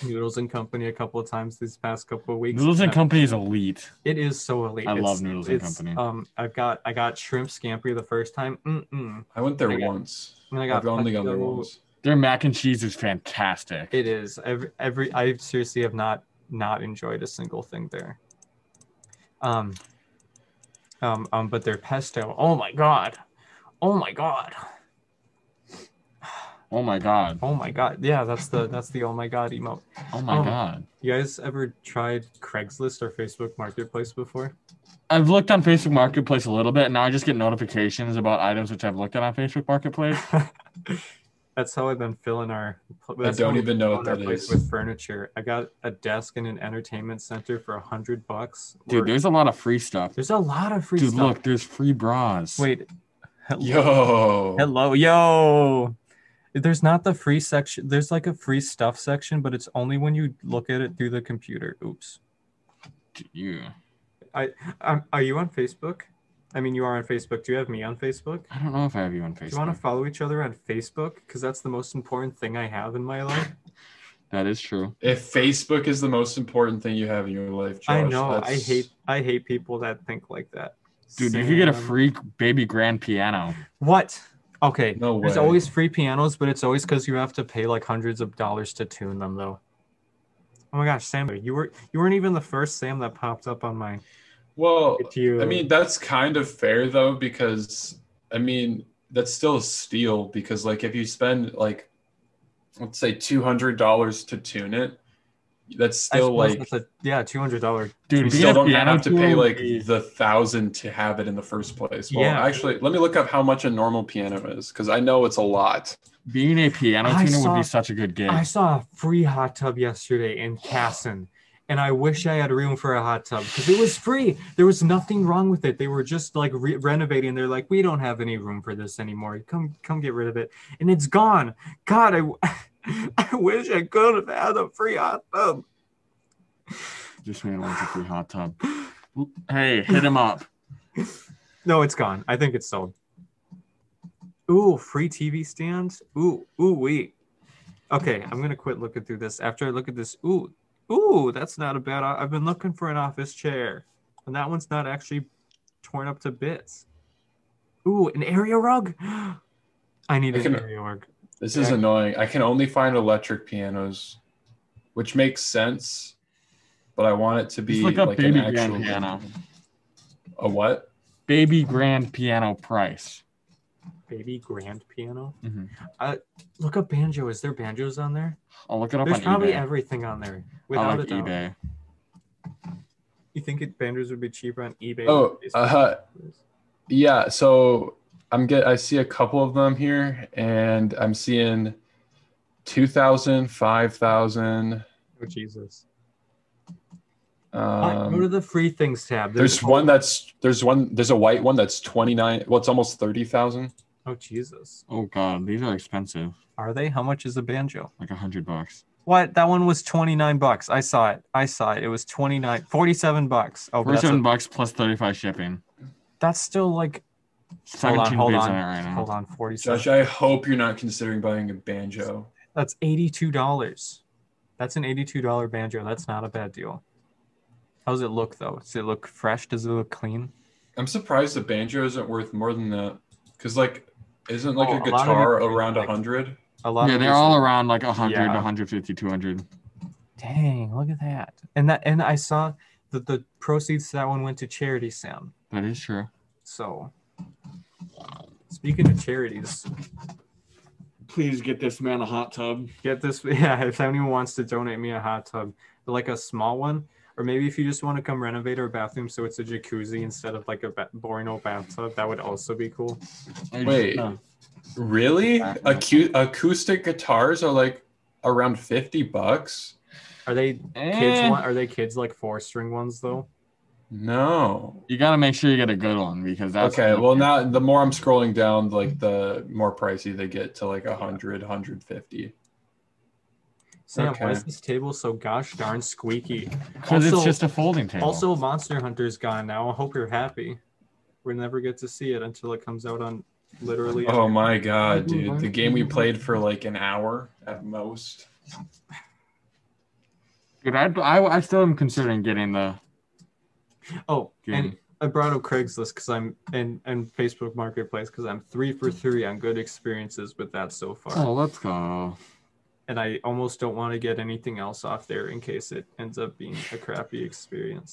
Speaker 2: Noodles and Company a couple of times these past couple of weeks.
Speaker 3: Noodles and
Speaker 2: I-
Speaker 3: Company is elite.
Speaker 2: It is so elite.
Speaker 3: I
Speaker 2: It's-
Speaker 3: love Noodles and
Speaker 2: it's,
Speaker 3: Company.
Speaker 2: Um, I've got I got shrimp scampi the first time. Mm-mm.
Speaker 1: i went there
Speaker 2: I got-
Speaker 1: once
Speaker 2: And I got
Speaker 1: I've only gone there
Speaker 2: pesto-
Speaker 1: once.
Speaker 3: Their mac and cheese is fantastic.
Speaker 2: It is every every. I seriously have not not enjoyed a single thing there. Um. Um. Um. But their pesto. Oh my god. Oh my god.
Speaker 3: oh my god.
Speaker 2: Oh my god. Yeah, that's the that's the oh my god emote.
Speaker 3: Oh my
Speaker 2: Oh.
Speaker 3: god.
Speaker 2: You guys ever tried Craigslist or Facebook Marketplace before?
Speaker 3: I've looked on Facebook Marketplace a little bit, and now I just get notifications about items which I've looked at on Facebook Marketplace.
Speaker 2: That's how I've been filling our. that's
Speaker 1: don't
Speaker 2: how we've
Speaker 1: even
Speaker 2: been
Speaker 1: know what
Speaker 2: filling our
Speaker 1: that
Speaker 2: place
Speaker 1: is.
Speaker 2: With furniture, I got a desk in an entertainment center for a hundred bucks.
Speaker 3: Dude,
Speaker 2: We're-
Speaker 3: there's a lot of free stuff.
Speaker 2: there's a lot of free
Speaker 3: Dude,
Speaker 2: stuff.
Speaker 3: look, there's free bras.
Speaker 2: Wait,
Speaker 1: Yo.
Speaker 2: Hello, yo. There's not the free section. There's like a free stuff section, but it's only when you look at it through the computer. Oops.
Speaker 3: you.
Speaker 2: Um, are you on Facebook? I mean, you are on Facebook. Do you have me on Facebook?
Speaker 3: I don't know if I have you on
Speaker 2: Do
Speaker 3: Facebook.
Speaker 2: you want to follow each other on Facebook? Because that's the most important thing I have in my life.
Speaker 3: That is true.
Speaker 1: If Facebook is the most important thing you have in your life, Josh,
Speaker 2: I know. I
Speaker 1: that's-
Speaker 2: hate. I hate people that think like that.
Speaker 3: Dude, you could get a
Speaker 2: Sam.
Speaker 3: free baby grand piano.
Speaker 2: What? Okay.
Speaker 1: No
Speaker 2: There's
Speaker 1: way.
Speaker 2: always free pianos, but it's always because you have to pay like hundreds of dollars to tune them, though. Oh my gosh, Sam, you were you weren't even the first Sam that popped up on mine.
Speaker 1: Well,
Speaker 2: If you,
Speaker 1: I mean that's kind of fair though because I mean that's still a steal because like if you spend like let's say two hundred dollars to tune it, that's
Speaker 2: I
Speaker 1: still
Speaker 2: suppose
Speaker 1: like
Speaker 2: that's a- yeah, two hundred dollar.
Speaker 3: Dude,
Speaker 1: you
Speaker 3: being
Speaker 1: still
Speaker 3: a
Speaker 1: don't
Speaker 3: piano
Speaker 1: have to pay
Speaker 3: tuner
Speaker 1: like
Speaker 3: is-
Speaker 1: the thousand to have it in the first place. Well,
Speaker 2: Yeah.
Speaker 1: actually, let me look up how much a normal piano is because I know it's a lot.
Speaker 3: being a piano
Speaker 2: I
Speaker 3: tuner would
Speaker 2: saw-
Speaker 3: be such a good gig.
Speaker 2: I saw a free hot tub yesterday in Casson, and I wish I had room for a hot tub because it was free. There was nothing wrong with it. They were just like re- renovating. They're like, we don't have any room for this anymore. Come, come get rid of it, and it's gone. God, I, w- I wish I could have had a free hot tub.
Speaker 3: This man wants a free hot tub. Hey, hit him up.
Speaker 2: No, it's gone. I think it's sold. Ooh, free TV stands. Ooh, ooh, wait. Okay, I'm gonna quit looking through this. After I look at this, ooh, ooh, that's not a bad. o- I've been looking for an office chair, and that one's not actually torn up to bits. Ooh, an area rug. I need
Speaker 1: I
Speaker 2: an
Speaker 1: can-
Speaker 2: area rug.
Speaker 1: This is
Speaker 2: Yeah.
Speaker 1: annoying. I can only find electric pianos, which makes sense, but I want it to be
Speaker 3: Just look up
Speaker 1: like
Speaker 3: baby
Speaker 1: an
Speaker 3: grand
Speaker 1: actual
Speaker 3: piano.
Speaker 1: A what?
Speaker 3: Baby grand piano price.
Speaker 2: Baby grand piano.
Speaker 3: Mhm.
Speaker 2: Uh, look up banjo. Is there banjos on there?
Speaker 3: I'll look it up
Speaker 2: There's
Speaker 3: on
Speaker 2: probably
Speaker 3: eBay.
Speaker 2: everything on there.
Speaker 3: I
Speaker 2: Without a
Speaker 3: like
Speaker 2: doubt.
Speaker 3: eBay.
Speaker 2: You think it, banjos would be cheaper on eBay?
Speaker 1: Oh,
Speaker 2: than Facebook?
Speaker 1: uh, yeah. So I'm get. I see a couple of them here, and I'm seeing 2,000, 5,000.
Speaker 2: oh Jesus. Uh, go to
Speaker 1: Um,
Speaker 2: the free things tab.
Speaker 1: there's
Speaker 2: all-
Speaker 1: one that's there's one there's a white one that's 29. Well, it's almost 30,000.
Speaker 2: Oh Jesus.
Speaker 3: Oh god, these are expensive.
Speaker 2: Are they? How much is a banjo?
Speaker 3: Like a hundred bucks.
Speaker 2: What? That one was 29 bucks. I saw it. I saw it. It was 29 47 bucks. Oh, but that's,
Speaker 3: Forty-seven
Speaker 2: a-
Speaker 3: bucks plus thirty-five shipping.
Speaker 2: that's still like hold on,
Speaker 3: Seventeen
Speaker 2: hold
Speaker 3: beats
Speaker 2: on.
Speaker 3: on it right now.
Speaker 2: Hold on, 47.
Speaker 1: Josh, I hope you're not considering buying a banjo.
Speaker 2: That's $82. That's an $82 banjo. That's not a bad deal. How does it look though? Does it look fresh? Does it look clean?
Speaker 1: I'm surprised the banjo isn't worth more than that. Cause like, isn't like
Speaker 2: Oh,
Speaker 1: a
Speaker 2: a lot of
Speaker 1: guitar
Speaker 2: people-
Speaker 1: around
Speaker 2: like-
Speaker 1: hundred?
Speaker 2: A lot
Speaker 3: Yeah,
Speaker 2: of
Speaker 3: they're
Speaker 2: these-
Speaker 3: all around like 100,
Speaker 2: Yeah.
Speaker 3: 150, 200.
Speaker 2: Dang, look at that. And that and I saw that the proceeds to that one went to charity, Sam.
Speaker 3: That is true.
Speaker 2: So speaking of charities,
Speaker 3: Please get this man a hot tub.
Speaker 2: get this yeah if anyone wants to donate me a hot tub like a small one or maybe if you just want to come renovate our bathroom so it's a jacuzzi instead of like a ba- boring old bathtub that would also be cool
Speaker 1: Wait. Really? Acu- acoustic guitars are like around fifty bucks.
Speaker 2: are they kids
Speaker 3: Eh,
Speaker 2: one, are they kids like four string ones though
Speaker 1: No.
Speaker 3: you got to make sure you get a good one because that's
Speaker 1: okay. Well, now the more I'm scrolling down, like the more pricey they get to like
Speaker 2: Yeah.
Speaker 1: 100, 150.
Speaker 2: sam why
Speaker 1: Okay.
Speaker 2: is this table so gosh darn squeaky
Speaker 3: because it's
Speaker 2: also-
Speaker 3: just a folding table.
Speaker 2: also monster hunter's gone now i hope you're happy we'll never get to see it until it comes out on literally
Speaker 1: Oh my god,
Speaker 2: Mm-hmm.
Speaker 1: dude! The game we played for like an hour at most.
Speaker 3: dude, I, I, I still am considering getting the
Speaker 2: Oh,
Speaker 3: Game.
Speaker 2: and I brought up Craigslist because I'm and and Facebook Marketplace because I'm three for three on good experiences with that so far,
Speaker 3: Oh, let's go.
Speaker 2: and I almost don't want to get anything else off there in case it ends up being a crappy experience.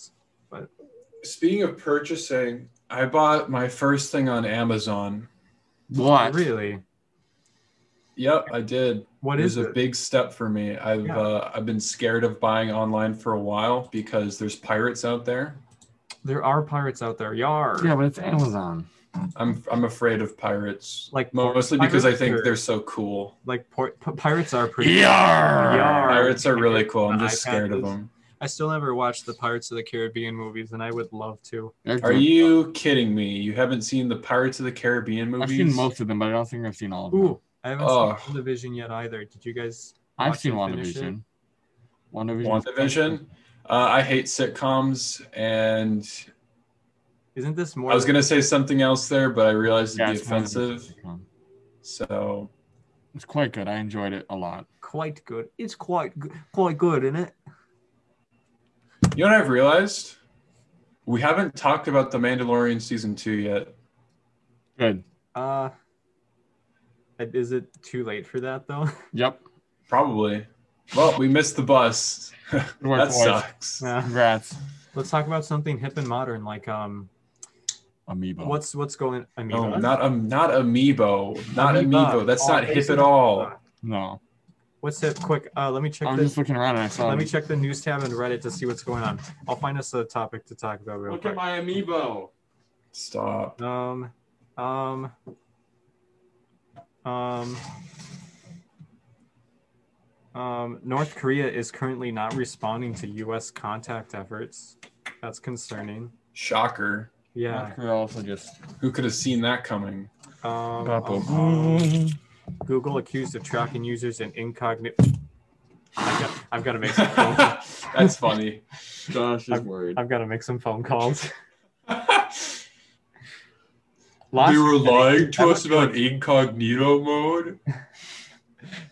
Speaker 1: Speaking of purchasing, I bought my first thing on Amazon.
Speaker 3: What?
Speaker 2: Really?
Speaker 1: Yep, I did.
Speaker 2: What
Speaker 1: It was
Speaker 2: is
Speaker 1: a
Speaker 2: it?
Speaker 1: big step for me. I've
Speaker 2: Yeah.
Speaker 1: uh, I've been scared of buying online for a while because there's pirates out there.
Speaker 2: there are pirates out there. Yar.
Speaker 3: Yeah, but it's Amazon.
Speaker 1: I'm I'm afraid of pirates,
Speaker 2: Like
Speaker 1: Mo-
Speaker 2: porn
Speaker 1: mostly because I
Speaker 2: pirates
Speaker 1: think
Speaker 2: or-
Speaker 1: they're so cool.
Speaker 2: Like por- p- pirates are pretty.
Speaker 3: E Yarr!
Speaker 2: Yarr.
Speaker 1: Pirates are really cool. I'm
Speaker 2: The
Speaker 1: just
Speaker 2: iPad
Speaker 1: scared of
Speaker 2: is-
Speaker 1: them.
Speaker 2: I still never watched the Pirates of the Caribbean movies, and I would love to.
Speaker 3: They're
Speaker 1: Are
Speaker 3: good.
Speaker 1: you kidding me? You haven't seen the Pirates of the Caribbean
Speaker 3: I've
Speaker 1: movies?
Speaker 3: seen most of them, but I don't think I've seen all of them.
Speaker 2: Ooh, I haven't
Speaker 1: Ugh.
Speaker 2: seen WandaVision yet either. Did you guys?
Speaker 3: I've
Speaker 2: watch
Speaker 3: seen
Speaker 2: and finish
Speaker 3: WandaVision. WandaVision.
Speaker 1: WandaVision. Uh, I hate sitcoms, and
Speaker 2: Isn't this more?
Speaker 1: I was gonna say something else there, but I realized it'd
Speaker 3: Yeah,
Speaker 1: be
Speaker 3: it's one of the-
Speaker 1: offensive. So
Speaker 3: It's quite good. I enjoyed it a lot.
Speaker 2: quite good. It's quite good. Quite good, isn't it?
Speaker 1: you know what I've realized? We haven't talked about the Mandalorian season two yet.
Speaker 3: Good.
Speaker 2: Uh, is it too late for that though?
Speaker 3: Yep.
Speaker 1: Probably. Well, we missed the bus.
Speaker 3: Good work,
Speaker 1: that
Speaker 3: boys.
Speaker 1: sucks.
Speaker 2: Nah.
Speaker 3: Congrats,
Speaker 2: Uh, Let's talk about something hip and modern, like um,
Speaker 3: Amiibo.
Speaker 2: what's what's going? uh,
Speaker 1: No,
Speaker 2: Amoeba.
Speaker 1: not um, not amiibo, not
Speaker 2: Amoeba.
Speaker 1: amiibo. That's
Speaker 2: Oh,
Speaker 1: not
Speaker 2: they
Speaker 1: hip
Speaker 2: said-
Speaker 1: at all.
Speaker 3: no?
Speaker 2: What's hip? Quick, uh, let me check
Speaker 3: I'm
Speaker 2: the
Speaker 3: just looking around and I saw.
Speaker 2: let me
Speaker 3: it.
Speaker 2: check the news tab and Reddit to see what's going on. I'll find us a topic to talk about real quick.
Speaker 3: my Amiibo.
Speaker 1: Stop.
Speaker 2: um, um, um. Um, North Korea is currently not responding to U.S. contact efforts. That's concerning.
Speaker 1: Shocker.
Speaker 2: Yeah.
Speaker 3: North Korea also just.
Speaker 1: Who could have seen that coming?
Speaker 2: Um,
Speaker 3: Pop up.
Speaker 2: um, um, Google accused of tracking users in incognito. I've got, I've got to make some. Phone,
Speaker 1: That's funny.
Speaker 3: Josh is worried.
Speaker 2: I've got to make some phone calls.
Speaker 1: they
Speaker 2: Last
Speaker 1: were
Speaker 2: minute.
Speaker 1: lying to
Speaker 2: That
Speaker 1: us
Speaker 2: was-
Speaker 1: about incognito mode.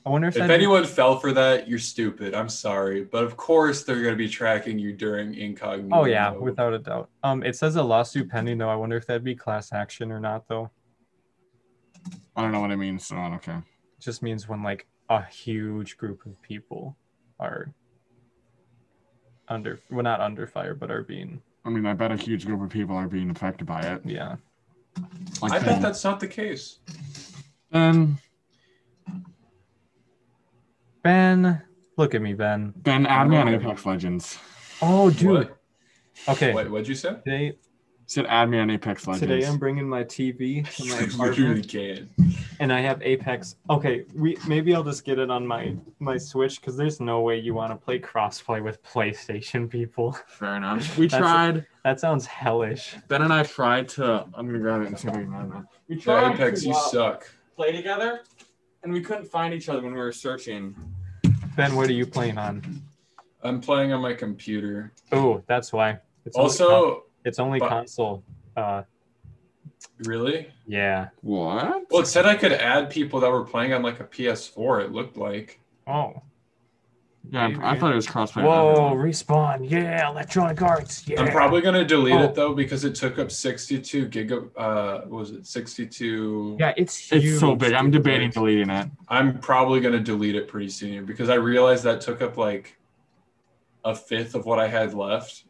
Speaker 2: I wonder if,
Speaker 1: If
Speaker 2: that
Speaker 1: anyone fell for that, you're stupid. I'm sorry, but of course they're gonna be tracking you during incognito.
Speaker 2: Oh yeah,
Speaker 1: mode.
Speaker 2: without a doubt. Um, it says a lawsuit pending though. I wonder if that'd be class action or not though.
Speaker 3: I don't know what it means, so I don't care.
Speaker 2: just means when like a huge group of people are under well not under fire but are being
Speaker 3: I mean, I bet a huge group of people are being affected by it.
Speaker 2: yeah
Speaker 3: Like
Speaker 1: I bet
Speaker 3: then-
Speaker 1: that's not the case.
Speaker 3: then,
Speaker 2: ben look at me ben
Speaker 3: then add me on Apex Legends.
Speaker 2: oh dude
Speaker 1: What?
Speaker 2: okay
Speaker 1: Wait, what'd you say?
Speaker 2: today
Speaker 3: Said add me on Apex Legends.
Speaker 2: today i'm bringing my tv to my
Speaker 1: You really
Speaker 2: apartment
Speaker 1: can't.
Speaker 2: and i have apex okay we maybe i'll just get it on my my switch because there's no way you want to play crossplay with playstation people
Speaker 3: Fair enough. We
Speaker 2: That's-
Speaker 3: tried.
Speaker 2: that sounds hellish
Speaker 3: Ben and I tried to. I'm gonna grab it and see if I can find it. We
Speaker 1: Yeah,
Speaker 3: tried
Speaker 1: Apex,
Speaker 3: to
Speaker 1: you
Speaker 3: uh,
Speaker 1: suck.
Speaker 3: play together, and we couldn't find each other when we were searching.
Speaker 2: ben what are you playing on
Speaker 1: I'm playing on my computer.
Speaker 2: oh that's why it's only con-
Speaker 1: Also,
Speaker 2: it's only
Speaker 1: but-
Speaker 2: console uh
Speaker 1: really?
Speaker 2: yeah
Speaker 3: What?
Speaker 1: Well, it said I could add people that were playing on like a PS4. It looked like.
Speaker 2: oh
Speaker 3: Yeah, I thought it was crossplay.
Speaker 2: Whoa, respawn. Yeah, electronic arts. Yeah.
Speaker 1: I'm probably gonna delete
Speaker 2: Oh.
Speaker 1: it though because it took up 62 gig. Uh, what was it 62?
Speaker 2: Yeah, it's huge.
Speaker 3: It's so big. I'm
Speaker 2: dude.
Speaker 3: debating deleting it.
Speaker 1: I'm probably gonna delete it pretty soon here because I realized that took up like a fifth of what I had left.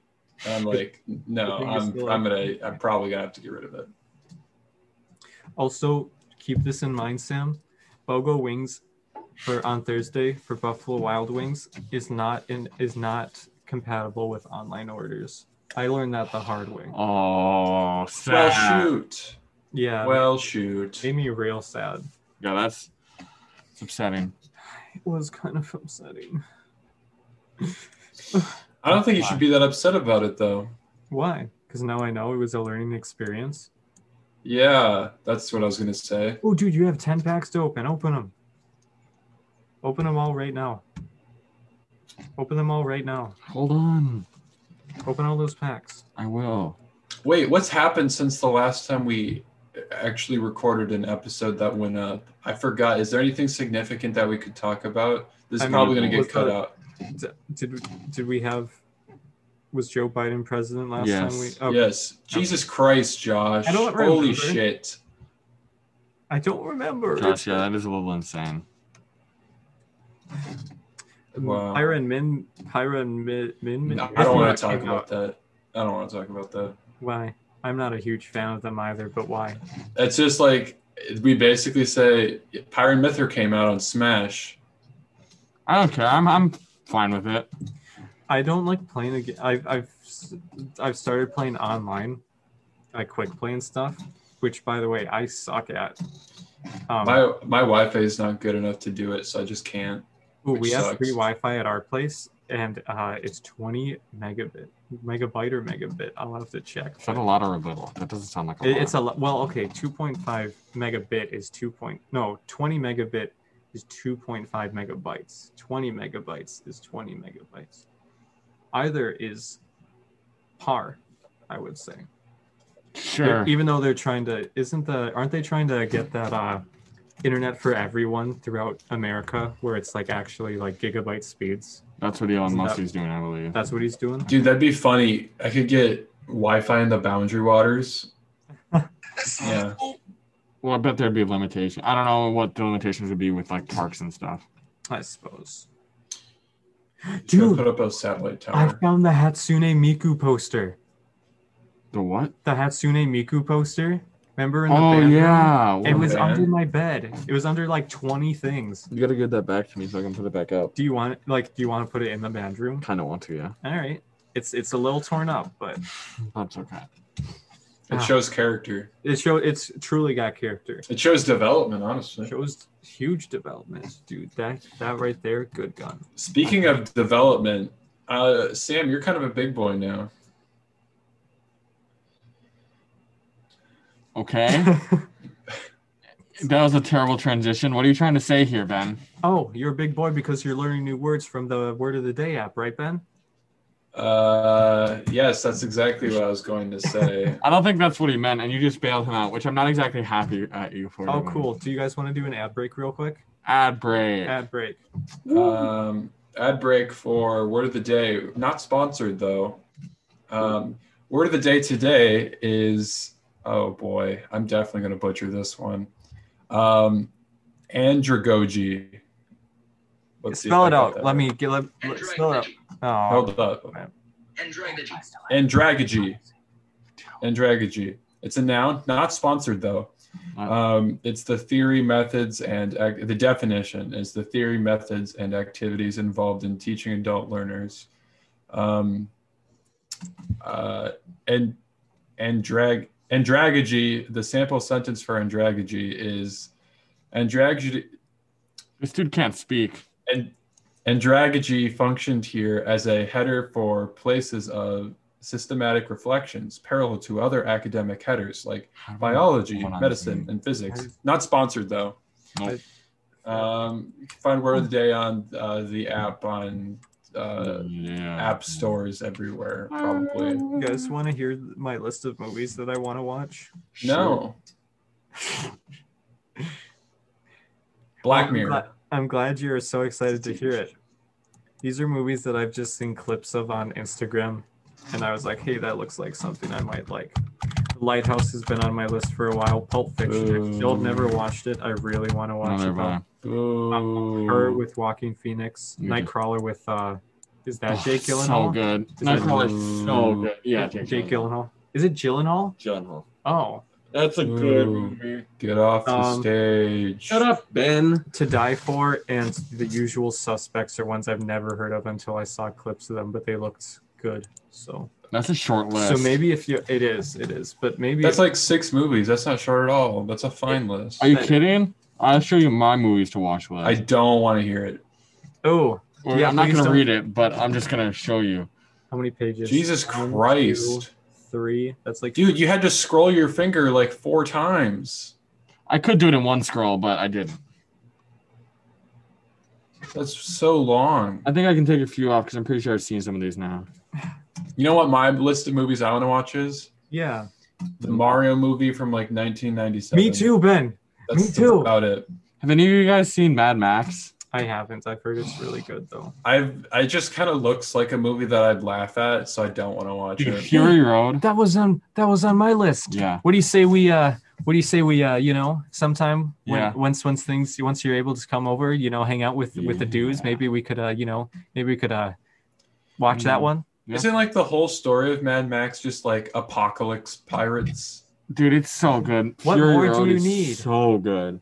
Speaker 1: And I'm like, no,
Speaker 2: thing is
Speaker 1: I'm
Speaker 2: still
Speaker 1: I'm
Speaker 2: up.
Speaker 1: gonna I'm probably gonna have to get rid of it.
Speaker 2: Also, keep this in mind, Sam. Bogo Wings for on Thursday for Buffalo Wild Wings is not in is not compatible with online orders. I learned that the hard way.
Speaker 3: Oh, sad.
Speaker 1: Well, shoot.
Speaker 2: Yeah.
Speaker 1: Well, shoot.
Speaker 2: made me real sad.
Speaker 3: Yeah, that's it's upsetting.
Speaker 2: It was kind of upsetting.
Speaker 1: I don't think you should be that upset about it though.
Speaker 2: Why? Because now I know it was a learning experience.
Speaker 1: Yeah, that's what I was gonna say.
Speaker 2: Oh, dude, you have 10 packs to open. Open them. Open them all right now. Open them all right now.
Speaker 3: Hold on,
Speaker 2: Open all those packs.
Speaker 3: I will.
Speaker 1: Wait, what's happened since the last time we actually recorded an episode that went up? I forgot. Is there anything significant that we could talk about? This
Speaker 2: I
Speaker 1: is
Speaker 2: mean,
Speaker 1: probably going to
Speaker 2: was
Speaker 1: get cut
Speaker 2: the-
Speaker 1: out.
Speaker 2: D- Did did we have was Joe Biden president last time we oh,
Speaker 3: Yes.
Speaker 2: okay.
Speaker 1: Yes. Jesus Christ, Josh.
Speaker 2: I don't remember.
Speaker 1: Holy shit.
Speaker 2: I don't remember.
Speaker 3: Gosh, yeah, that is a little insane.
Speaker 1: Wow.
Speaker 2: Pyra and Min Pyra and Min, Min, Min
Speaker 1: No, I don't want
Speaker 2: Min-
Speaker 1: to talk about that. I don't want to talk about that.
Speaker 2: why. I'm not a huge fan of them either, but why?
Speaker 1: It's just like we basically say Pyron Mither came out on Smash.
Speaker 3: I don't care. I'm I'm fine with it.
Speaker 2: I don't like playing again. I've I've s- I've started playing online, like quick play and stuff, which by the way I suck at. Um,
Speaker 1: My my Wi-Fi is not good enough to do it, so I just can't.
Speaker 2: ooh, we
Speaker 1: which
Speaker 2: have
Speaker 1: sucks.
Speaker 2: free Wi-Fi at our place, and uh, it's twenty megabit, megabyte or megabit. I'll have to check.
Speaker 3: Is that
Speaker 2: but
Speaker 3: a lot or a little? That doesn't sound like a
Speaker 2: it-
Speaker 3: lot.
Speaker 2: it's a lo- well, okay, two point five megabit is two point no twenty megabit is two point five megabytes. Twenty megabytes is twenty megabytes. Either is par, I would say.
Speaker 3: sure.
Speaker 2: E- Even though they're trying to, isn't the, aren't they trying to get that uh, internet for everyone throughout America, where it's like actually like gigabyte speeds?
Speaker 3: That's what Elon
Speaker 2: Isn't
Speaker 3: Musk
Speaker 2: that-
Speaker 3: is doing, I believe.
Speaker 2: That's what he's doing.
Speaker 1: Dude, that'd be funny. I could get Wi-Fi in the boundary waters. yeah.
Speaker 3: Well, I bet there'd be limitations. I don't know what the limitations would be with like parks and stuff.
Speaker 2: I suppose.
Speaker 1: Should
Speaker 2: Dude.
Speaker 1: put up a satellite
Speaker 2: I
Speaker 1: tower.
Speaker 2: found the Hatsune Miku poster.
Speaker 3: The what?
Speaker 2: The Hatsune Miku poster. Remember in the
Speaker 3: Oh
Speaker 2: band room?
Speaker 3: yeah.
Speaker 2: It
Speaker 1: the
Speaker 2: was
Speaker 1: band?
Speaker 2: under my bed. It was under like 20 things.
Speaker 3: You gotta get that back to me so I can put it back up.
Speaker 2: Do you want like do you want to put it in the bedroom?
Speaker 3: Kind of want to, yeah.
Speaker 2: All right. It's it's a little torn up, but
Speaker 3: That's okay.
Speaker 1: It shows character.
Speaker 2: it show it's truly got character.
Speaker 1: It shows development, honestly.
Speaker 2: shows huge development, dude. That that right there, good gun.
Speaker 1: Speaking of development, uh, Sam, you're kind of a big boy now.
Speaker 3: Okay. That was a terrible transition. What are you trying to say here, Ben?
Speaker 2: oh, you're a big boy because you're learning new words from the Word of the Day app, right, Ben?
Speaker 1: Uh, yes, that's exactly what I was going to say.
Speaker 3: I don't think that's what he meant, and you just bailed him out, which I'm not exactly happy at you for.
Speaker 2: Oh,
Speaker 3: Ben.
Speaker 2: cool. Do you guys want to do an ad break real quick?
Speaker 3: Ad break.
Speaker 2: Ad break.
Speaker 1: um, ad break for word of the day. Not sponsored though. Um, word of the day today is oh boy, I'm definitely going to butcher this one. Um, Andragogy. Let's see if
Speaker 2: spell
Speaker 1: I
Speaker 2: it
Speaker 1: got
Speaker 2: out.
Speaker 1: that right.
Speaker 2: Let me get let, let- spell it out. Oh,
Speaker 1: Hold up.
Speaker 4: Androgygy.
Speaker 1: Andragogy. Andragogy. It's a noun, not sponsored though. Um, it's the theory, methods, and ac- the definition is the theory, methods, and activities involved in teaching adult learners. Um, uh, and and drag andragogy. The sample sentence for andragogy is andragogy.
Speaker 3: This dude can't speak.
Speaker 1: And andragogy functioned here as a header for places of systematic reflections, parallel to other academic headers like
Speaker 3: How do I know
Speaker 1: biology,
Speaker 3: what I'm
Speaker 1: medicine,
Speaker 3: doing?
Speaker 1: and physics.
Speaker 2: Nice.
Speaker 1: Not sponsored though.
Speaker 3: Nope.
Speaker 1: Um, you can find Word of the Day on uh, the app on
Speaker 3: Mm-hmm.
Speaker 1: uh,
Speaker 3: yeah.
Speaker 1: app stores everywhere, probably.
Speaker 2: you guys want to hear my list of movies that I want to watch?
Speaker 1: No. Black
Speaker 2: I'm
Speaker 1: Mirror.
Speaker 2: gla- I'm glad you're so excited to hear it. These are movies that I've just seen clips of on Instagram, and I was like, hey, that looks like something I might like. Lighthouse has been on my list for a while. Pulp Fiction. I've still
Speaker 1: Boo.
Speaker 2: never watched it. I really want to watch
Speaker 3: Another
Speaker 2: it. though.
Speaker 3: vibe.
Speaker 1: Boo.
Speaker 2: Her with Walking Phoenix.
Speaker 3: Yeah.
Speaker 2: Nightcrawler with uh, is that
Speaker 3: Oh,
Speaker 2: Jake
Speaker 3: So
Speaker 2: Gyllenhaal?
Speaker 3: good.
Speaker 2: that
Speaker 3: Nightcrawler's so good. Yeah, Jake,
Speaker 2: Jake Gyllenhaal. Is it Gyllenhaal?
Speaker 5: John
Speaker 2: Oh,
Speaker 5: That's a
Speaker 1: good
Speaker 5: good
Speaker 1: Ooh.
Speaker 5: movie.
Speaker 1: Get off the
Speaker 2: Um,
Speaker 1: stage.
Speaker 5: Shut up, Ben.
Speaker 2: To Die For and The Usual Suspects are ones I've never heard of until I saw clips of them, but they looked good. So,
Speaker 3: That's a short list.
Speaker 2: so maybe if you, it is, it is, but maybe
Speaker 1: That's like six movies. That's not short at all. That's a fine list.
Speaker 3: Are you kidding? I'll show you my movies to watch with.
Speaker 1: I don't want to hear it.
Speaker 2: oh,
Speaker 3: Or
Speaker 2: Yeah,
Speaker 3: I'm not
Speaker 2: please
Speaker 3: gonna
Speaker 2: don't-
Speaker 3: read it, but I'm just gonna show you.
Speaker 2: how many pages?
Speaker 1: Jesus
Speaker 2: One, two,
Speaker 1: Christ.
Speaker 2: three. That's like
Speaker 1: Dude, you had to scroll your finger like four times.
Speaker 3: I could do it in one scroll, but I didn't.
Speaker 1: That's so long.
Speaker 3: I think I can take a few off because I'm pretty sure I've seen some of these now.
Speaker 1: You know what my list of movies I want to watch is?
Speaker 2: yeah.
Speaker 1: The Mario movie from like 1997.
Speaker 2: Me too, Ben.
Speaker 1: That's
Speaker 2: Me too.
Speaker 1: About it.
Speaker 3: Have any of you guys seen Mad Max?
Speaker 2: I haven't. I've heard it's really good though.
Speaker 1: I've I just kind of looks like a movie that I'd laugh at, so I don't want to watch
Speaker 3: Dude,
Speaker 1: it.
Speaker 3: Fury Road.
Speaker 2: That was on that was on my list.
Speaker 3: Yeah.
Speaker 2: What do you say we uh what do you say we uh you know sometime when
Speaker 3: Yeah.
Speaker 2: once once things once you're able to come over, you know, hang out with with the dudes,
Speaker 3: Yeah.
Speaker 2: maybe we could uh you know, maybe we could uh watch
Speaker 3: Mm.
Speaker 2: that one.
Speaker 3: Yeah.
Speaker 1: Isn't like the whole story of Mad Max just like apocalypse pirates?
Speaker 2: Mm-hmm.
Speaker 3: Dude, it's so good.
Speaker 2: What
Speaker 3: Fury
Speaker 2: more do
Speaker 3: Road
Speaker 2: you
Speaker 3: is
Speaker 2: need?
Speaker 3: So good.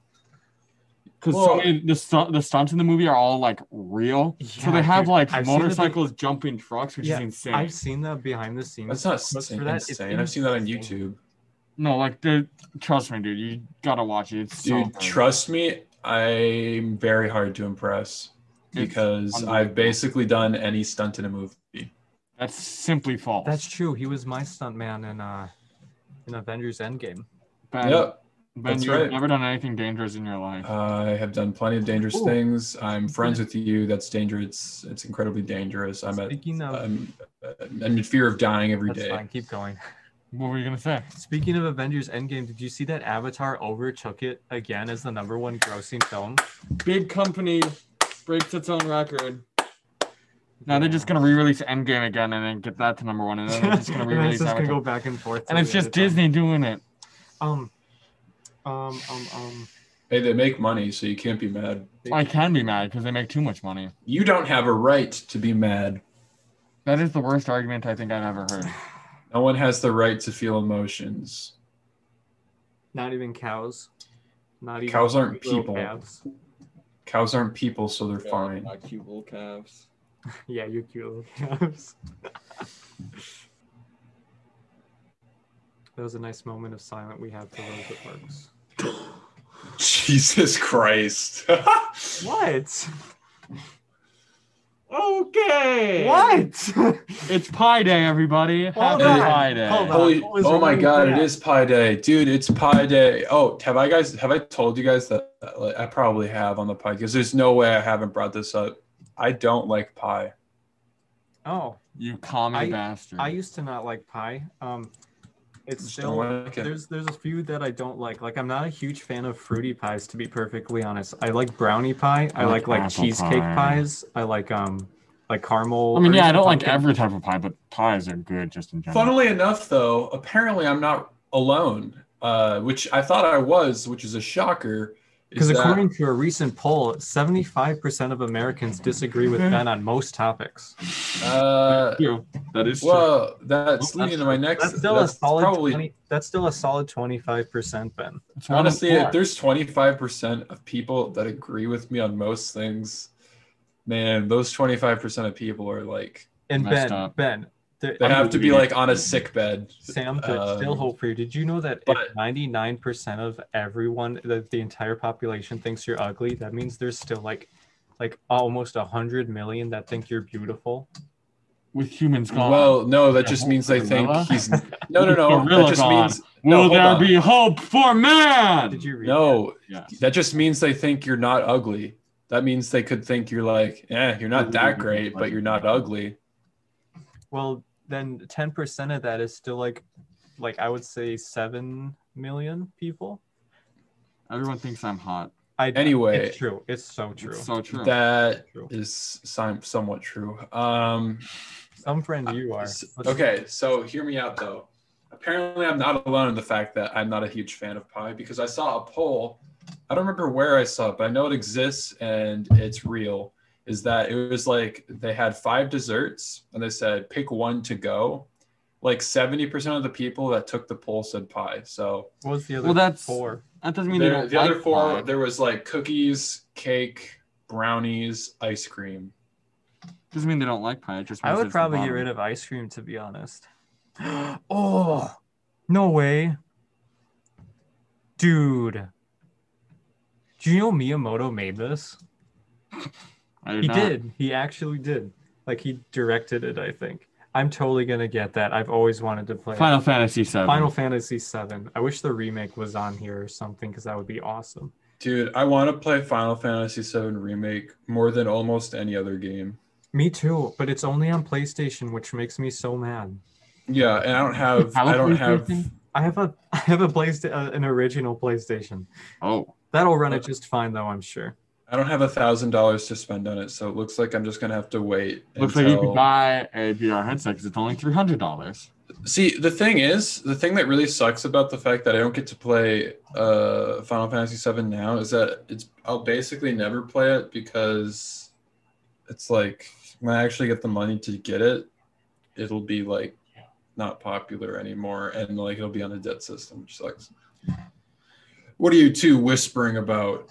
Speaker 3: Because
Speaker 1: Well-
Speaker 3: the, stu- the stunts in the movie are all like real, so
Speaker 2: Yeah,
Speaker 3: they have
Speaker 2: dude.
Speaker 3: like
Speaker 2: I've seen the-
Speaker 3: motorcycles jumping trucks, which
Speaker 2: Yeah,
Speaker 3: is insane.
Speaker 2: I've seen the behind the scenes.
Speaker 1: That's not
Speaker 2: clips
Speaker 1: insane.
Speaker 2: for that. It's
Speaker 1: insane. I've seen that on
Speaker 2: insane.
Speaker 1: YouTube.
Speaker 3: No, like dude, trust me, dude, you gotta watch it. It's so
Speaker 1: Dude,
Speaker 3: good.
Speaker 1: trust me, I'm very hard to impress
Speaker 3: It's
Speaker 1: because I've
Speaker 3: unbelievable.
Speaker 1: basically done any stunt in a movie.
Speaker 3: That's simply false.
Speaker 2: That's true. He was my stuntman in uh in Avengers Endgame.
Speaker 3: Ben,
Speaker 1: Yep,
Speaker 3: ben
Speaker 1: that's
Speaker 3: you've
Speaker 1: right. Uh,
Speaker 3: never done anything dangerous in your life.
Speaker 1: I have done plenty of dangerous
Speaker 2: Ooh.
Speaker 1: things. I'm friends with you. That's dangerous. It's incredibly dangerous. I'm at
Speaker 2: Speaking of
Speaker 1: I'm, I'm in fear of dying every
Speaker 2: that's
Speaker 1: day.
Speaker 2: fine, keep going.
Speaker 3: what were you gonna say?
Speaker 2: Speaking of Avengers Endgame, did you see that Avatar overtook it again as the number one grossing film?
Speaker 3: Big company breaks its own record. Now they're just gonna re-release Endgame again and then get that to number one, and then they're Uh, just gonna
Speaker 2: And then it's
Speaker 3: re-release
Speaker 2: just gonna
Speaker 3: Avatar.
Speaker 2: go back and forth.
Speaker 3: And
Speaker 2: till
Speaker 3: it's
Speaker 2: the end
Speaker 3: just
Speaker 2: of time.
Speaker 3: Disney doing it.
Speaker 2: Um, um, um, um.
Speaker 1: Hey, they make money, so you can't be mad.
Speaker 3: I can be mad because they make too much money.
Speaker 1: You don't have a right to be mad.
Speaker 3: That is the worst argument I think I've ever heard.
Speaker 1: No one has the right to feel emotions.
Speaker 2: Not even cows. Not even
Speaker 1: Cows aren't
Speaker 2: little
Speaker 1: people.
Speaker 2: calves.
Speaker 1: Cows aren't people, so they're fine.
Speaker 5: My cute little calves.
Speaker 2: Yeah, you cute little calves. that was a nice moment of silence we had for Rosa Parks.
Speaker 1: Jesus Christ.
Speaker 2: What?
Speaker 3: Okay.
Speaker 2: What?
Speaker 3: It's Pi Day, everybody. Happy
Speaker 1: on.
Speaker 3: Pi Day.
Speaker 2: Hold on.
Speaker 1: Holy,
Speaker 2: What was
Speaker 1: oh my
Speaker 2: wrong with
Speaker 1: god,
Speaker 2: that?
Speaker 1: it is Pi Day. Dude, it's Pi Day. Oh, have I guys have I told you guys that like, I probably have on the podcast? There's no way I haven't brought this up. I don't like pie.
Speaker 2: oh,
Speaker 3: You commie
Speaker 2: I-
Speaker 3: bastard.
Speaker 2: I used to not like pie. Um, it's
Speaker 1: Just
Speaker 2: still
Speaker 1: don't like it.
Speaker 2: there's there's a few that I don't like. Like I'm not a huge fan of fruity pies to be perfectly honest. I like brownie pie. I,
Speaker 3: I
Speaker 2: like
Speaker 3: like
Speaker 2: like
Speaker 3: apple
Speaker 2: cheesecake
Speaker 3: pie.
Speaker 2: pies. I like um like caramel.
Speaker 3: I mean,
Speaker 2: or
Speaker 3: yeah, I don't like
Speaker 2: pumpkin.
Speaker 3: every type of pie, but pies are good just in general.
Speaker 1: Funnily enough, though, apparently I'm not alone, uh, which I thought I was, which is a shocker. Is
Speaker 2: Because
Speaker 1: that-
Speaker 2: according to a recent poll, 75% of Americans disagree with Ben on most topics.
Speaker 1: uh,
Speaker 3: True. That is true.
Speaker 1: well, that's
Speaker 2: Well,
Speaker 1: leading to my next.
Speaker 2: That's still
Speaker 1: that's
Speaker 2: a solid
Speaker 1: probably
Speaker 2: 20, that's still a solid 25%, Ben.
Speaker 3: It's one of
Speaker 1: honestly, if
Speaker 3: four.
Speaker 1: there's 25% of people that agree with me on most things, man, those 25% of people are like
Speaker 2: And
Speaker 3: Messed
Speaker 2: Ben,
Speaker 3: up.
Speaker 2: Ben, there,
Speaker 1: they
Speaker 3: I'm
Speaker 1: have to be
Speaker 3: leaving.
Speaker 1: like on a sick bed.
Speaker 2: Sam, there's still
Speaker 1: Um,
Speaker 2: hope for you. Did you know that if
Speaker 1: but-
Speaker 2: 99% of everyone, that the entire population thinks you're ugly, that means there's still like like almost 100 million that think you're beautiful?
Speaker 3: with humans gone.
Speaker 1: Well, no, that just means they think
Speaker 3: Gorilla?
Speaker 1: he's no, no, no. That
Speaker 3: Gorilla
Speaker 1: just
Speaker 3: gone.
Speaker 1: means
Speaker 3: will
Speaker 1: no, hold
Speaker 3: there
Speaker 1: on.
Speaker 3: be hope for man?
Speaker 2: Did you read
Speaker 1: Um, no.
Speaker 3: Yeah.
Speaker 1: That just means they think you're not ugly. That means they could think you're like, eh, you're not that great, but you're not ugly.
Speaker 2: Well, then 10% of that is still like, like I would say 7 million people.
Speaker 3: Everyone thinks I'm hot.
Speaker 2: I,
Speaker 1: Anyway.
Speaker 2: It's true. It's so true.
Speaker 3: It's so true.
Speaker 1: That
Speaker 2: True.
Speaker 1: is sim- somewhat true. Um,
Speaker 2: Some friend you are.
Speaker 1: Uh, S-
Speaker 2: Let's-
Speaker 1: Okay, so hear me out though. Apparently, I'm not alone in the fact that I'm not a huge fan of pie because I saw a poll. I don't remember where I saw it, but I know it exists and it's real. Is that it was like they had five desserts and they said pick one to go. Like 70% of the people that took the poll said pie. So
Speaker 2: What was the other
Speaker 3: Well, that's
Speaker 2: four?
Speaker 3: that doesn't mean they
Speaker 1: there,
Speaker 3: don't
Speaker 1: the other
Speaker 3: like
Speaker 1: four,
Speaker 3: pie.
Speaker 1: there was like cookies, cake, brownies, ice cream.
Speaker 3: doesn't mean they don't like pie. It just
Speaker 2: I
Speaker 3: means
Speaker 2: would
Speaker 3: it's
Speaker 2: probably
Speaker 3: the
Speaker 2: get
Speaker 3: bottom.
Speaker 2: rid of ice cream, to be honest. oh, no way. Dude. Do you know Miyamoto made this?
Speaker 3: I did
Speaker 2: He
Speaker 3: not.
Speaker 2: did. He actually did. Like, he directed it, I think. I'm totally going to get that. I've always wanted to play it.
Speaker 3: Final Fantasy Seven.
Speaker 2: Final Fantasy VII. I wish the remake was on here or something because that would be awesome.
Speaker 1: Dude, I want to play Final Fantasy VII Remake more than almost any other game.
Speaker 2: Me too, but it's only on PlayStation, which makes me so mad.
Speaker 1: Yeah, and I don't have. I don't have.
Speaker 3: PlayStation?
Speaker 2: I have a I have a PlayStation, uh, an original PlayStation.
Speaker 3: Oh,
Speaker 2: That'll run it just fine, though I'm sure.
Speaker 1: I don't have a thousand dollars to spend on it, so it looks like I'm just gonna have to wait.
Speaker 3: looks like you could buy a VR headset because it's only three hundred dollars.
Speaker 1: See, the thing is, the thing that really sucks about the fact that I don't get to play uh, Final Fantasy VII now is that it's. I'll basically never play it because it's like when I actually get the money to get it, it'll be like not popular anymore, and like it'll be on the debt system, which sucks. What are you two whispering about?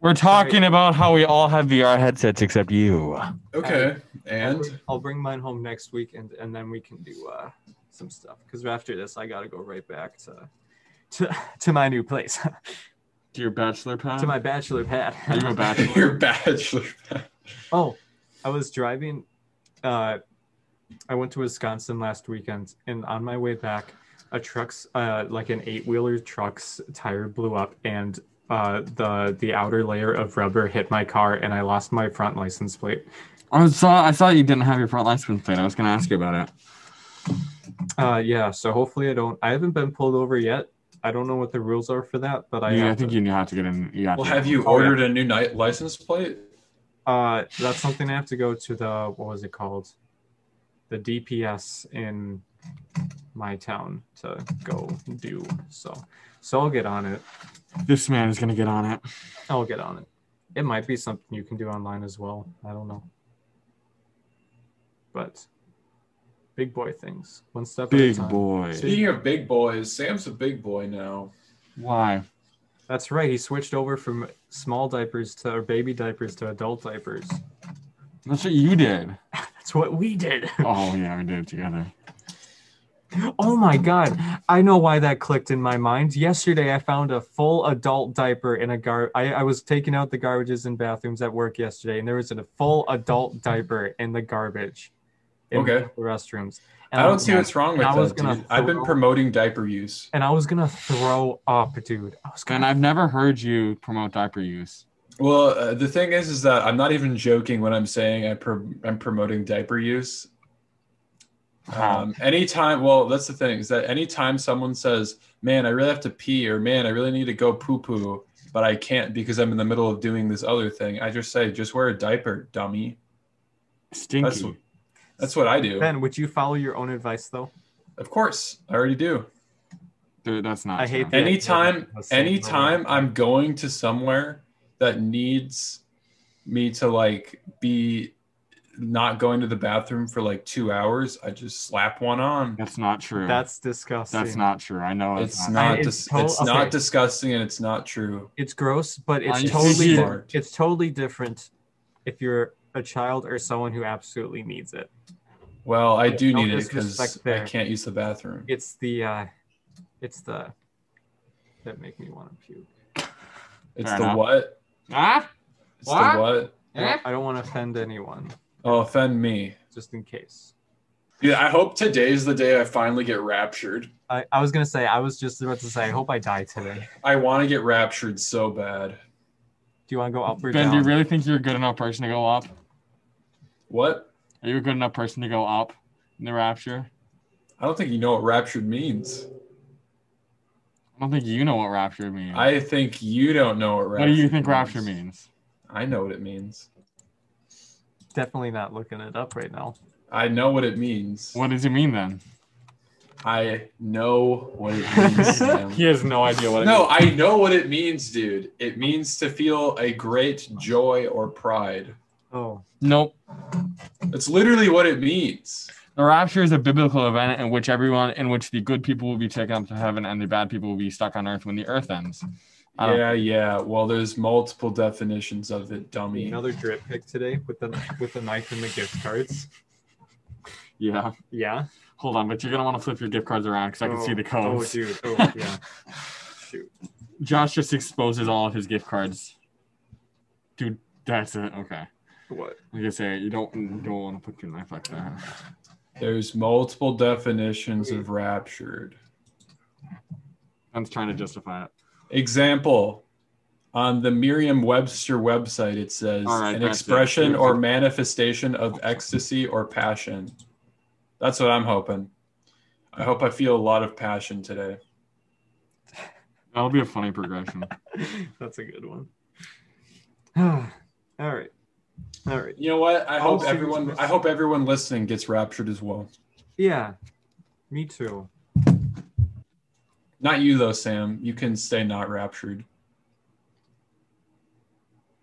Speaker 3: We're
Speaker 2: talking
Speaker 3: talking about how we all have VR headsets except you.
Speaker 1: Okay,
Speaker 2: I'll
Speaker 1: and
Speaker 2: bring- I'll bring mine home next week, and and then we can do uh, some stuff. Because after this, I gotta go right back to to to my new place,
Speaker 3: To your bachelor pad.
Speaker 2: to my bachelor pad.
Speaker 3: Are you a bachelor?
Speaker 1: your bachelor.
Speaker 2: Oh, I was driving. Uh, I went to Wisconsin last weekend, and on my way back, a truck's uh, like an eight wheeler truck's tire blew up, and uh, the the outer layer of rubber hit my car, and I lost my front license plate.
Speaker 3: I saw. I saw you didn't have your front license plate. I was going to ask you about it.
Speaker 2: Uh, yeah, so hopefully I don't. I haven't been pulled over yet. I don't know what the rules are for that, but I.
Speaker 3: You- I
Speaker 2: have
Speaker 3: think
Speaker 2: to-
Speaker 3: you have to get in. You have
Speaker 1: Well,
Speaker 3: to
Speaker 1: have
Speaker 3: get-
Speaker 1: you
Speaker 2: Oh, yeah.
Speaker 1: ordered a new night license plate?
Speaker 2: Uh, that's something I have to go to the what was it called, the DPS in my town to go do. So, so I'll get on it.
Speaker 3: This man is going to get on it.
Speaker 2: I'll get on it. It might be something you can do online as well. I don't know. But big boy things, one step
Speaker 3: Big
Speaker 2: at a time.
Speaker 3: boy.
Speaker 1: Speaking of big boys, Sam's a big boy now.
Speaker 3: Why?
Speaker 2: That's right. He switched over from small diapers to or baby diapers to adult diapers.
Speaker 3: That's what you did.
Speaker 2: That's what we did.
Speaker 3: Oh yeah, we did it together.
Speaker 2: Oh my god, I know why that clicked in my mind. Yesterday I found a full adult diaper in a gar I, I was taking out the garbages in bathrooms at work yesterday and there was a full adult diaper in the garbage in
Speaker 1: Okay.
Speaker 2: the restrooms. And
Speaker 1: I don't
Speaker 2: was-
Speaker 1: see what's wrong with
Speaker 2: I was
Speaker 1: that,
Speaker 2: gonna
Speaker 1: dude. I've been
Speaker 2: throw-
Speaker 1: promoting diaper use.
Speaker 2: and I was gonna throw up, dude. I was
Speaker 3: And
Speaker 2: gonna
Speaker 3: I've never heard you promote diaper use.
Speaker 1: Well, uh, the thing is, is that I'm not even joking when I'm saying I pro- I'm promoting diaper use.
Speaker 3: How?
Speaker 1: Um, anytime, well, that's the thing is that anytime someone says, "Man, I really have to pee," or "Man, I really need to go poo poo," but I can't because I'm in the middle of doing this other thing, I just say, "Just wear a diaper, dummy."
Speaker 3: Stinky.
Speaker 1: That's that's what I do.
Speaker 2: Ben, would you follow your own advice though?
Speaker 1: Of course, I already do.
Speaker 3: Dude, that's not.
Speaker 2: I hate
Speaker 3: true.
Speaker 2: that.
Speaker 1: anytime
Speaker 2: Yeah, same
Speaker 1: anytime i'm going to somewhere that needs me to like be not going to the bathroom for like two hours i just slap one on
Speaker 3: That's not true. That's
Speaker 2: That's disgusting.
Speaker 3: that's not true. I know it's,
Speaker 1: it's
Speaker 2: I-
Speaker 1: not
Speaker 2: it's
Speaker 1: dis-
Speaker 2: tot-
Speaker 1: it's
Speaker 2: okay.
Speaker 1: not disgusting and it's not true
Speaker 2: It's gross, but it's
Speaker 3: I'm
Speaker 2: totally
Speaker 1: smart.
Speaker 2: it's totally different if you're a child or someone who absolutely needs it.
Speaker 1: well i do
Speaker 2: No
Speaker 1: need it because
Speaker 2: disrespect
Speaker 1: i
Speaker 2: there.
Speaker 1: can't use the bathroom
Speaker 2: It's the uh it's the that make me want to puke.
Speaker 1: it's
Speaker 3: Fair
Speaker 1: the
Speaker 3: enough.
Speaker 1: what
Speaker 3: Ah,
Speaker 1: it's
Speaker 3: What?
Speaker 1: the what
Speaker 2: I don't, I don't want to offend anyone,
Speaker 1: oh offend me
Speaker 2: just in case.
Speaker 1: yeah i hope today's the day i finally get raptured
Speaker 2: I, I was gonna say I was just about to say I hope I die today.
Speaker 1: i want to get raptured so bad
Speaker 2: Do you want to go up or
Speaker 3: Ben, do you
Speaker 2: down?
Speaker 3: really think you're a good enough person to go up?
Speaker 1: what
Speaker 3: Are you a good enough person to go up in the rapture?
Speaker 1: i don't think you know what raptured means
Speaker 3: I don't think you know what rapture means.
Speaker 1: I think you don't know what
Speaker 3: what
Speaker 1: rapture
Speaker 3: do you think
Speaker 1: means.
Speaker 3: rapture means?
Speaker 1: I know what it means.
Speaker 2: Definitely not looking it up right now.
Speaker 1: I know what it means.
Speaker 3: What does it mean then?
Speaker 1: I know what it means. Sam.
Speaker 3: He has no idea what.
Speaker 1: no, I know what it means, dude. It means to feel a great joy or pride.
Speaker 2: Oh,
Speaker 3: Nope.
Speaker 1: It's literally what it means.
Speaker 3: The rapture is a biblical event in which everyone, in which the good people will be taken up to heaven and the bad people will be stuck on earth when the earth ends. I don't-
Speaker 1: Yeah, yeah. Well, there's multiple definitions of it, dummy.
Speaker 2: another drip pick today with the with the knife and the gift cards.
Speaker 3: Yeah.
Speaker 2: Yeah.
Speaker 3: Hold on, but you're gonna want to flip your gift cards around because I can see the
Speaker 2: Oh,
Speaker 3: codes.
Speaker 2: dude. Oh, yeah. Shoot.
Speaker 3: Josh just exposes all of his gift cards. Dude, that's it. Okay.
Speaker 2: What?
Speaker 3: Like I say, you don't you don't want to put your knife like that.
Speaker 1: There's multiple definitions of raptured.
Speaker 3: I'm trying to justify it.
Speaker 1: Example on the Merriam Webster website, it says
Speaker 3: All right,
Speaker 1: an
Speaker 3: that's it.
Speaker 1: expression or manifestation of ecstasy or passion. That's what I'm hoping. I hope I feel a lot of passion today.
Speaker 3: That'll be a funny progression.
Speaker 2: That's a good one. All right. All right.
Speaker 1: You know what? I
Speaker 2: All
Speaker 1: hope
Speaker 2: serious
Speaker 1: everyone
Speaker 2: person.
Speaker 1: I hope everyone listening gets raptured as well.
Speaker 2: Yeah. Me too.
Speaker 1: Not you though, Sam. You can stay not raptured.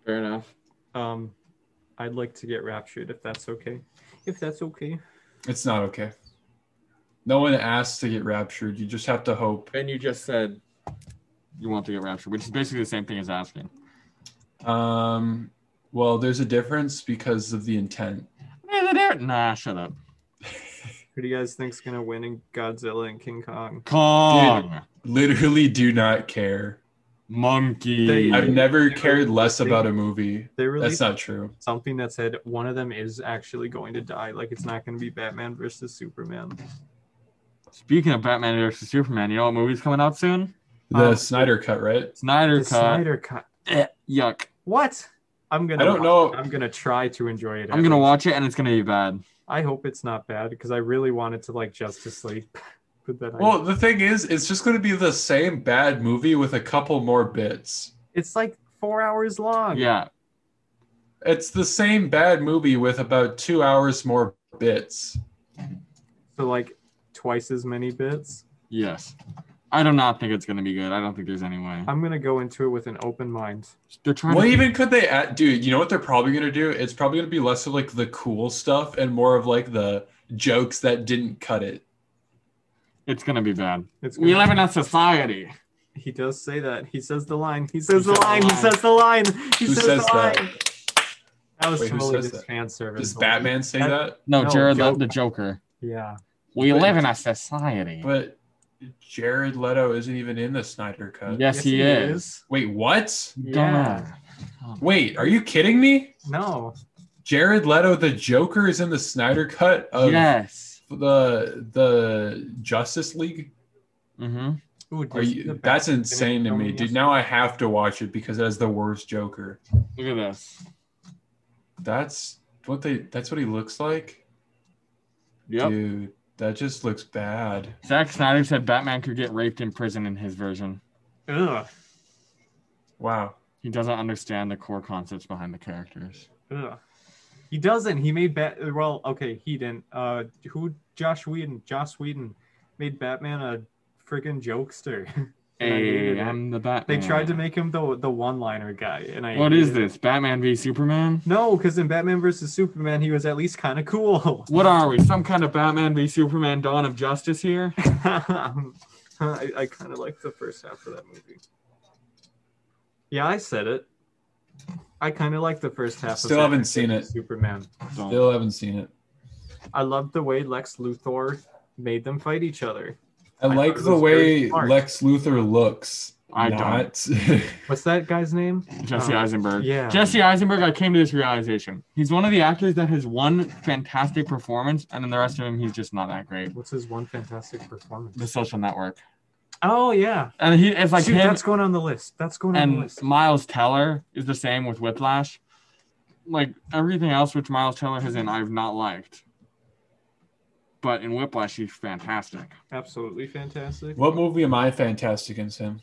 Speaker 3: Fair enough.
Speaker 2: Um, I'd like to get raptured if that's okay. If that's okay.
Speaker 1: It's not okay. No one asks to get raptured. You just have to hope.
Speaker 3: Ben, you just said you want to get raptured, which is basically the same thing as asking.
Speaker 1: Um well, there's a difference because of the intent.
Speaker 3: Nah, shut up.
Speaker 2: Who do you guys think's gonna win in Godzilla and King Kong?
Speaker 3: Kong,
Speaker 1: Literally do not care.
Speaker 3: monkey.
Speaker 2: They-
Speaker 1: I've never cared
Speaker 2: really-
Speaker 1: less
Speaker 2: they-
Speaker 1: about a movie.
Speaker 2: They released
Speaker 1: That's not true.
Speaker 2: something that said one of them is actually going to die. Like it's not going to be Batman versus Superman.
Speaker 3: Speaking of Batman versus Superman, you know what movie's coming out soon?
Speaker 1: The
Speaker 2: Um,
Speaker 1: Snyder cut, right?
Speaker 3: Snyder
Speaker 2: The
Speaker 3: Cut.
Speaker 2: Snyder Cut.
Speaker 3: Eh, yuck.
Speaker 2: What? I'm gonna.
Speaker 1: I don't
Speaker 2: watch
Speaker 1: know.
Speaker 2: it. I'm gonna try to enjoy it.
Speaker 3: I'm gonna
Speaker 2: at least.
Speaker 3: watch it and it's gonna be bad.
Speaker 2: I hope it's not bad because I really wanted to like Justice League, but then I,
Speaker 1: Well, the thing is, it's just going to be the same bad movie with a couple more bits.
Speaker 2: it's like four hours long.
Speaker 3: Yeah.
Speaker 1: It's the same bad movie with about two hours more bits.
Speaker 2: So like twice as many bits.
Speaker 3: Yes. I do not think it's gonna be good. I don't think there's any way.
Speaker 2: I'm gonna go into it with an open mind.
Speaker 3: They're trying
Speaker 1: What
Speaker 3: to
Speaker 1: even could they add? Dude, you know what they're probably going to do? It's probably going to be less of like the cool stuff and more of like the jokes that didn't cut it.
Speaker 3: it's gonna be bad.
Speaker 2: It's
Speaker 3: We
Speaker 2: gonna-
Speaker 3: live in a society.
Speaker 2: He does say that. He says the line. He says the line. He says the line. He
Speaker 1: Who
Speaker 2: says,
Speaker 1: says
Speaker 2: the
Speaker 1: that?
Speaker 2: line. That was
Speaker 1: Wait, who
Speaker 2: totally
Speaker 1: says
Speaker 2: just
Speaker 1: that?
Speaker 2: fan service.
Speaker 1: Does Batman say
Speaker 2: That-
Speaker 1: that?
Speaker 3: No,
Speaker 2: No,
Speaker 3: Jared
Speaker 2: Joker.
Speaker 3: Leto, the Joker.
Speaker 2: Yeah.
Speaker 3: We
Speaker 1: But-
Speaker 3: live in a society.
Speaker 1: But Jared Leto isn't even in the Snyder cut.
Speaker 3: yes, he, is.
Speaker 1: Wait, what?
Speaker 3: Yeah.
Speaker 1: Wait, are you kidding me?
Speaker 2: No.
Speaker 1: Jared Leto, the Joker, is in the Snyder cut of
Speaker 3: Yes.
Speaker 1: the the Justice League.
Speaker 3: Mm-hmm.
Speaker 2: Ooh,
Speaker 1: Are
Speaker 2: did
Speaker 1: you-
Speaker 2: the
Speaker 1: that's
Speaker 2: Batman
Speaker 1: insane to
Speaker 2: finish
Speaker 1: me,
Speaker 2: filming
Speaker 1: dude. Now I have to watch it because it has the worst Joker.
Speaker 3: Look at this.
Speaker 1: That's what they. That's what he looks like,
Speaker 3: Yep.
Speaker 1: dude. That just looks bad.
Speaker 3: Zack Snyder said Batman could get raped in prison in his version.
Speaker 2: Ugh.
Speaker 1: Wow.
Speaker 3: He doesn't understand the core concepts behind the characters.
Speaker 2: Ugh. He doesn't. He made Bat. Well, Uh, okay, he didn't. Uh, who? Josh Whedon. Josh Whedon made Batman a freaking jokester. And I hated
Speaker 3: Hey,
Speaker 2: it.
Speaker 3: I'm the Batman.
Speaker 2: They tried to make him the the one liner guy, and I.
Speaker 3: Hmm. What
Speaker 2: hated
Speaker 3: is
Speaker 2: it.
Speaker 3: this? Batman v Superman?
Speaker 2: No, because in Batman versus Superman, he was at least kind of cool.
Speaker 3: What are we? Some kind of Batman v Superman Dawn of Justice here?
Speaker 2: I, I kind of liked the first half of that movie. Yeah, I said it. I kind of liked the first half.
Speaker 1: Still
Speaker 2: of
Speaker 1: haven't
Speaker 2: Batman
Speaker 1: seen
Speaker 2: versus Superman.
Speaker 1: Still haven't seen it.
Speaker 2: I loved the way Lex Luthor made them fight each other.
Speaker 1: I,
Speaker 2: I
Speaker 1: like
Speaker 2: thought it
Speaker 1: the
Speaker 2: was very
Speaker 1: way
Speaker 2: smart.
Speaker 1: Lex Luthor looks.
Speaker 3: I don't.
Speaker 1: not.
Speaker 2: What's that guy's name?
Speaker 3: Jesse
Speaker 2: Oh,
Speaker 3: Eisenberg.
Speaker 2: yeah.
Speaker 3: Jesse Eisenberg, I came to this realization. He's one of the actors that has one fantastic performance, and then the rest of him, he's just not that great.
Speaker 2: What's his one fantastic performance?
Speaker 3: The social network.
Speaker 2: Oh yeah,
Speaker 3: And he it's like
Speaker 2: Shoot,
Speaker 3: him
Speaker 2: that's going on the list. That's going on the
Speaker 3: and
Speaker 2: list.
Speaker 3: Miles Teller is the same with Whiplash. Like everything else which Miles Teller has in, I've not liked. But in Whiplash, he's fantastic.
Speaker 2: Absolutely fantastic.
Speaker 1: what movie am I fantastic in, Sam?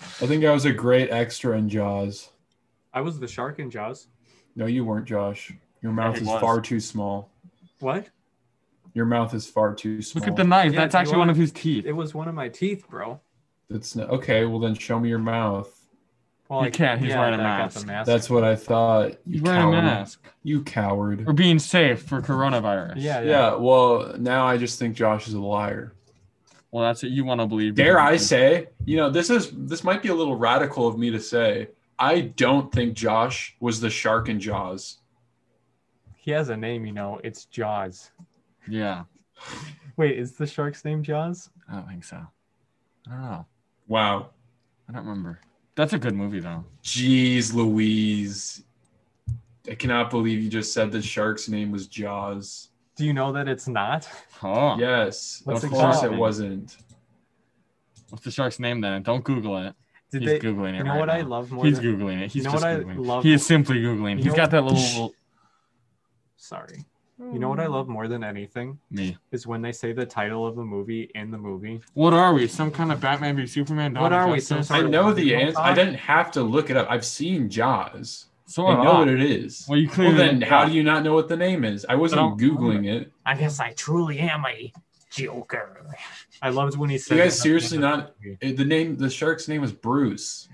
Speaker 1: I think I was a great extra in Jaws.
Speaker 2: I was the shark in Jaws.
Speaker 1: No, you weren't, Josh. Your mouth
Speaker 3: he
Speaker 1: is
Speaker 3: was.
Speaker 1: far too small.
Speaker 2: What?
Speaker 1: Your mouth is far too small.
Speaker 3: Look at the knife.
Speaker 2: Yeah,
Speaker 3: That's
Speaker 2: do you
Speaker 3: actually one
Speaker 2: wanna-
Speaker 3: of his teeth.
Speaker 2: It was one of my teeth, bro.
Speaker 1: That's not, okay. Well, then show me your mouth.
Speaker 2: Well,
Speaker 3: You can't, he's wearing
Speaker 2: I
Speaker 3: a
Speaker 2: got
Speaker 3: mask.
Speaker 2: the mask.
Speaker 1: That's what I thought.
Speaker 3: He's
Speaker 1: You
Speaker 3: wearing a
Speaker 1: coward.
Speaker 3: mask.
Speaker 1: You coward.
Speaker 3: We're being safe for coronavirus.
Speaker 2: yeah, yeah.
Speaker 1: Yeah. Well, now I just think Josh is a liar.
Speaker 3: Well, that's what you want to believe.
Speaker 1: Dare I say? You know, this is this might be a little radical of me to say. I don't think Josh was the shark in Jaws.
Speaker 2: He has a name, you know. It's Jaws.
Speaker 3: Yeah,
Speaker 2: Wait, is the shark's name Jaws?
Speaker 3: I don't think so. I don't know.
Speaker 1: Wow.
Speaker 3: I don't remember. That's a good movie though.
Speaker 1: Jeez Louise. I cannot believe you just said the shark's name was Jaws.
Speaker 2: Do you know that it's not?
Speaker 3: Oh, yeah.
Speaker 1: Yes.
Speaker 2: What's
Speaker 1: of
Speaker 2: the
Speaker 1: course
Speaker 2: shark's
Speaker 1: it
Speaker 2: name?
Speaker 1: wasn't.
Speaker 3: What's the shark's name then? Don't Google it.
Speaker 2: Did
Speaker 3: He's
Speaker 2: they?
Speaker 3: googling it.
Speaker 2: You know
Speaker 3: right
Speaker 2: what I
Speaker 3: now.
Speaker 2: love more?
Speaker 3: He's
Speaker 2: than...
Speaker 3: googling it. He's
Speaker 2: You know
Speaker 3: just
Speaker 2: what I
Speaker 3: googling.
Speaker 2: love-
Speaker 3: He is simply googling.
Speaker 2: You
Speaker 3: He's
Speaker 2: know
Speaker 3: got that little
Speaker 2: Sorry. You know what I love more than anything
Speaker 3: me.
Speaker 2: is when they say the title of the movie in the movie.
Speaker 3: What are we? Some kind of Batman v Superman? Dawn
Speaker 2: What
Speaker 3: of
Speaker 2: are we,
Speaker 3: Justice?
Speaker 2: some
Speaker 1: I
Speaker 2: sort of-
Speaker 1: know the
Speaker 2: Don't
Speaker 1: answer. I
Speaker 2: talk.
Speaker 1: didn't have to look it up. I've seen Jaws.
Speaker 3: So
Speaker 1: I
Speaker 3: am
Speaker 1: know
Speaker 3: I.
Speaker 1: what it is.
Speaker 3: Well, you
Speaker 1: Well,
Speaker 3: clearly.
Speaker 1: then how do you not know what the name is? I wasn't
Speaker 3: don't-
Speaker 1: Googling it.
Speaker 2: I guess I truly am a Joker. I loved when he said.
Speaker 1: You guys
Speaker 2: that.
Speaker 1: seriously not- It- The name, the shark's name was Bruce.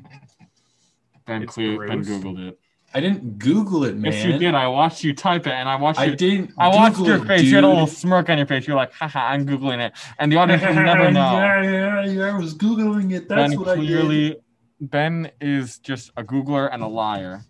Speaker 3: Ben,
Speaker 2: It's
Speaker 3: clear, ben
Speaker 2: gross.
Speaker 3: googled it.
Speaker 1: I didn't Google it, man.
Speaker 3: Yes, you did. I watched you type it, and I watched
Speaker 1: I
Speaker 3: you
Speaker 1: didn't.
Speaker 3: I watched
Speaker 1: Google
Speaker 3: your
Speaker 1: it,
Speaker 3: face. You had a
Speaker 1: dude.
Speaker 3: little smirk on your face. You're like, haha, I'm Googling it. And the audience will never know.
Speaker 1: Yeah, yeah, yeah. I was Googling it. That's
Speaker 3: ben
Speaker 1: what
Speaker 3: clearly, Ben is just a Googler and a liar.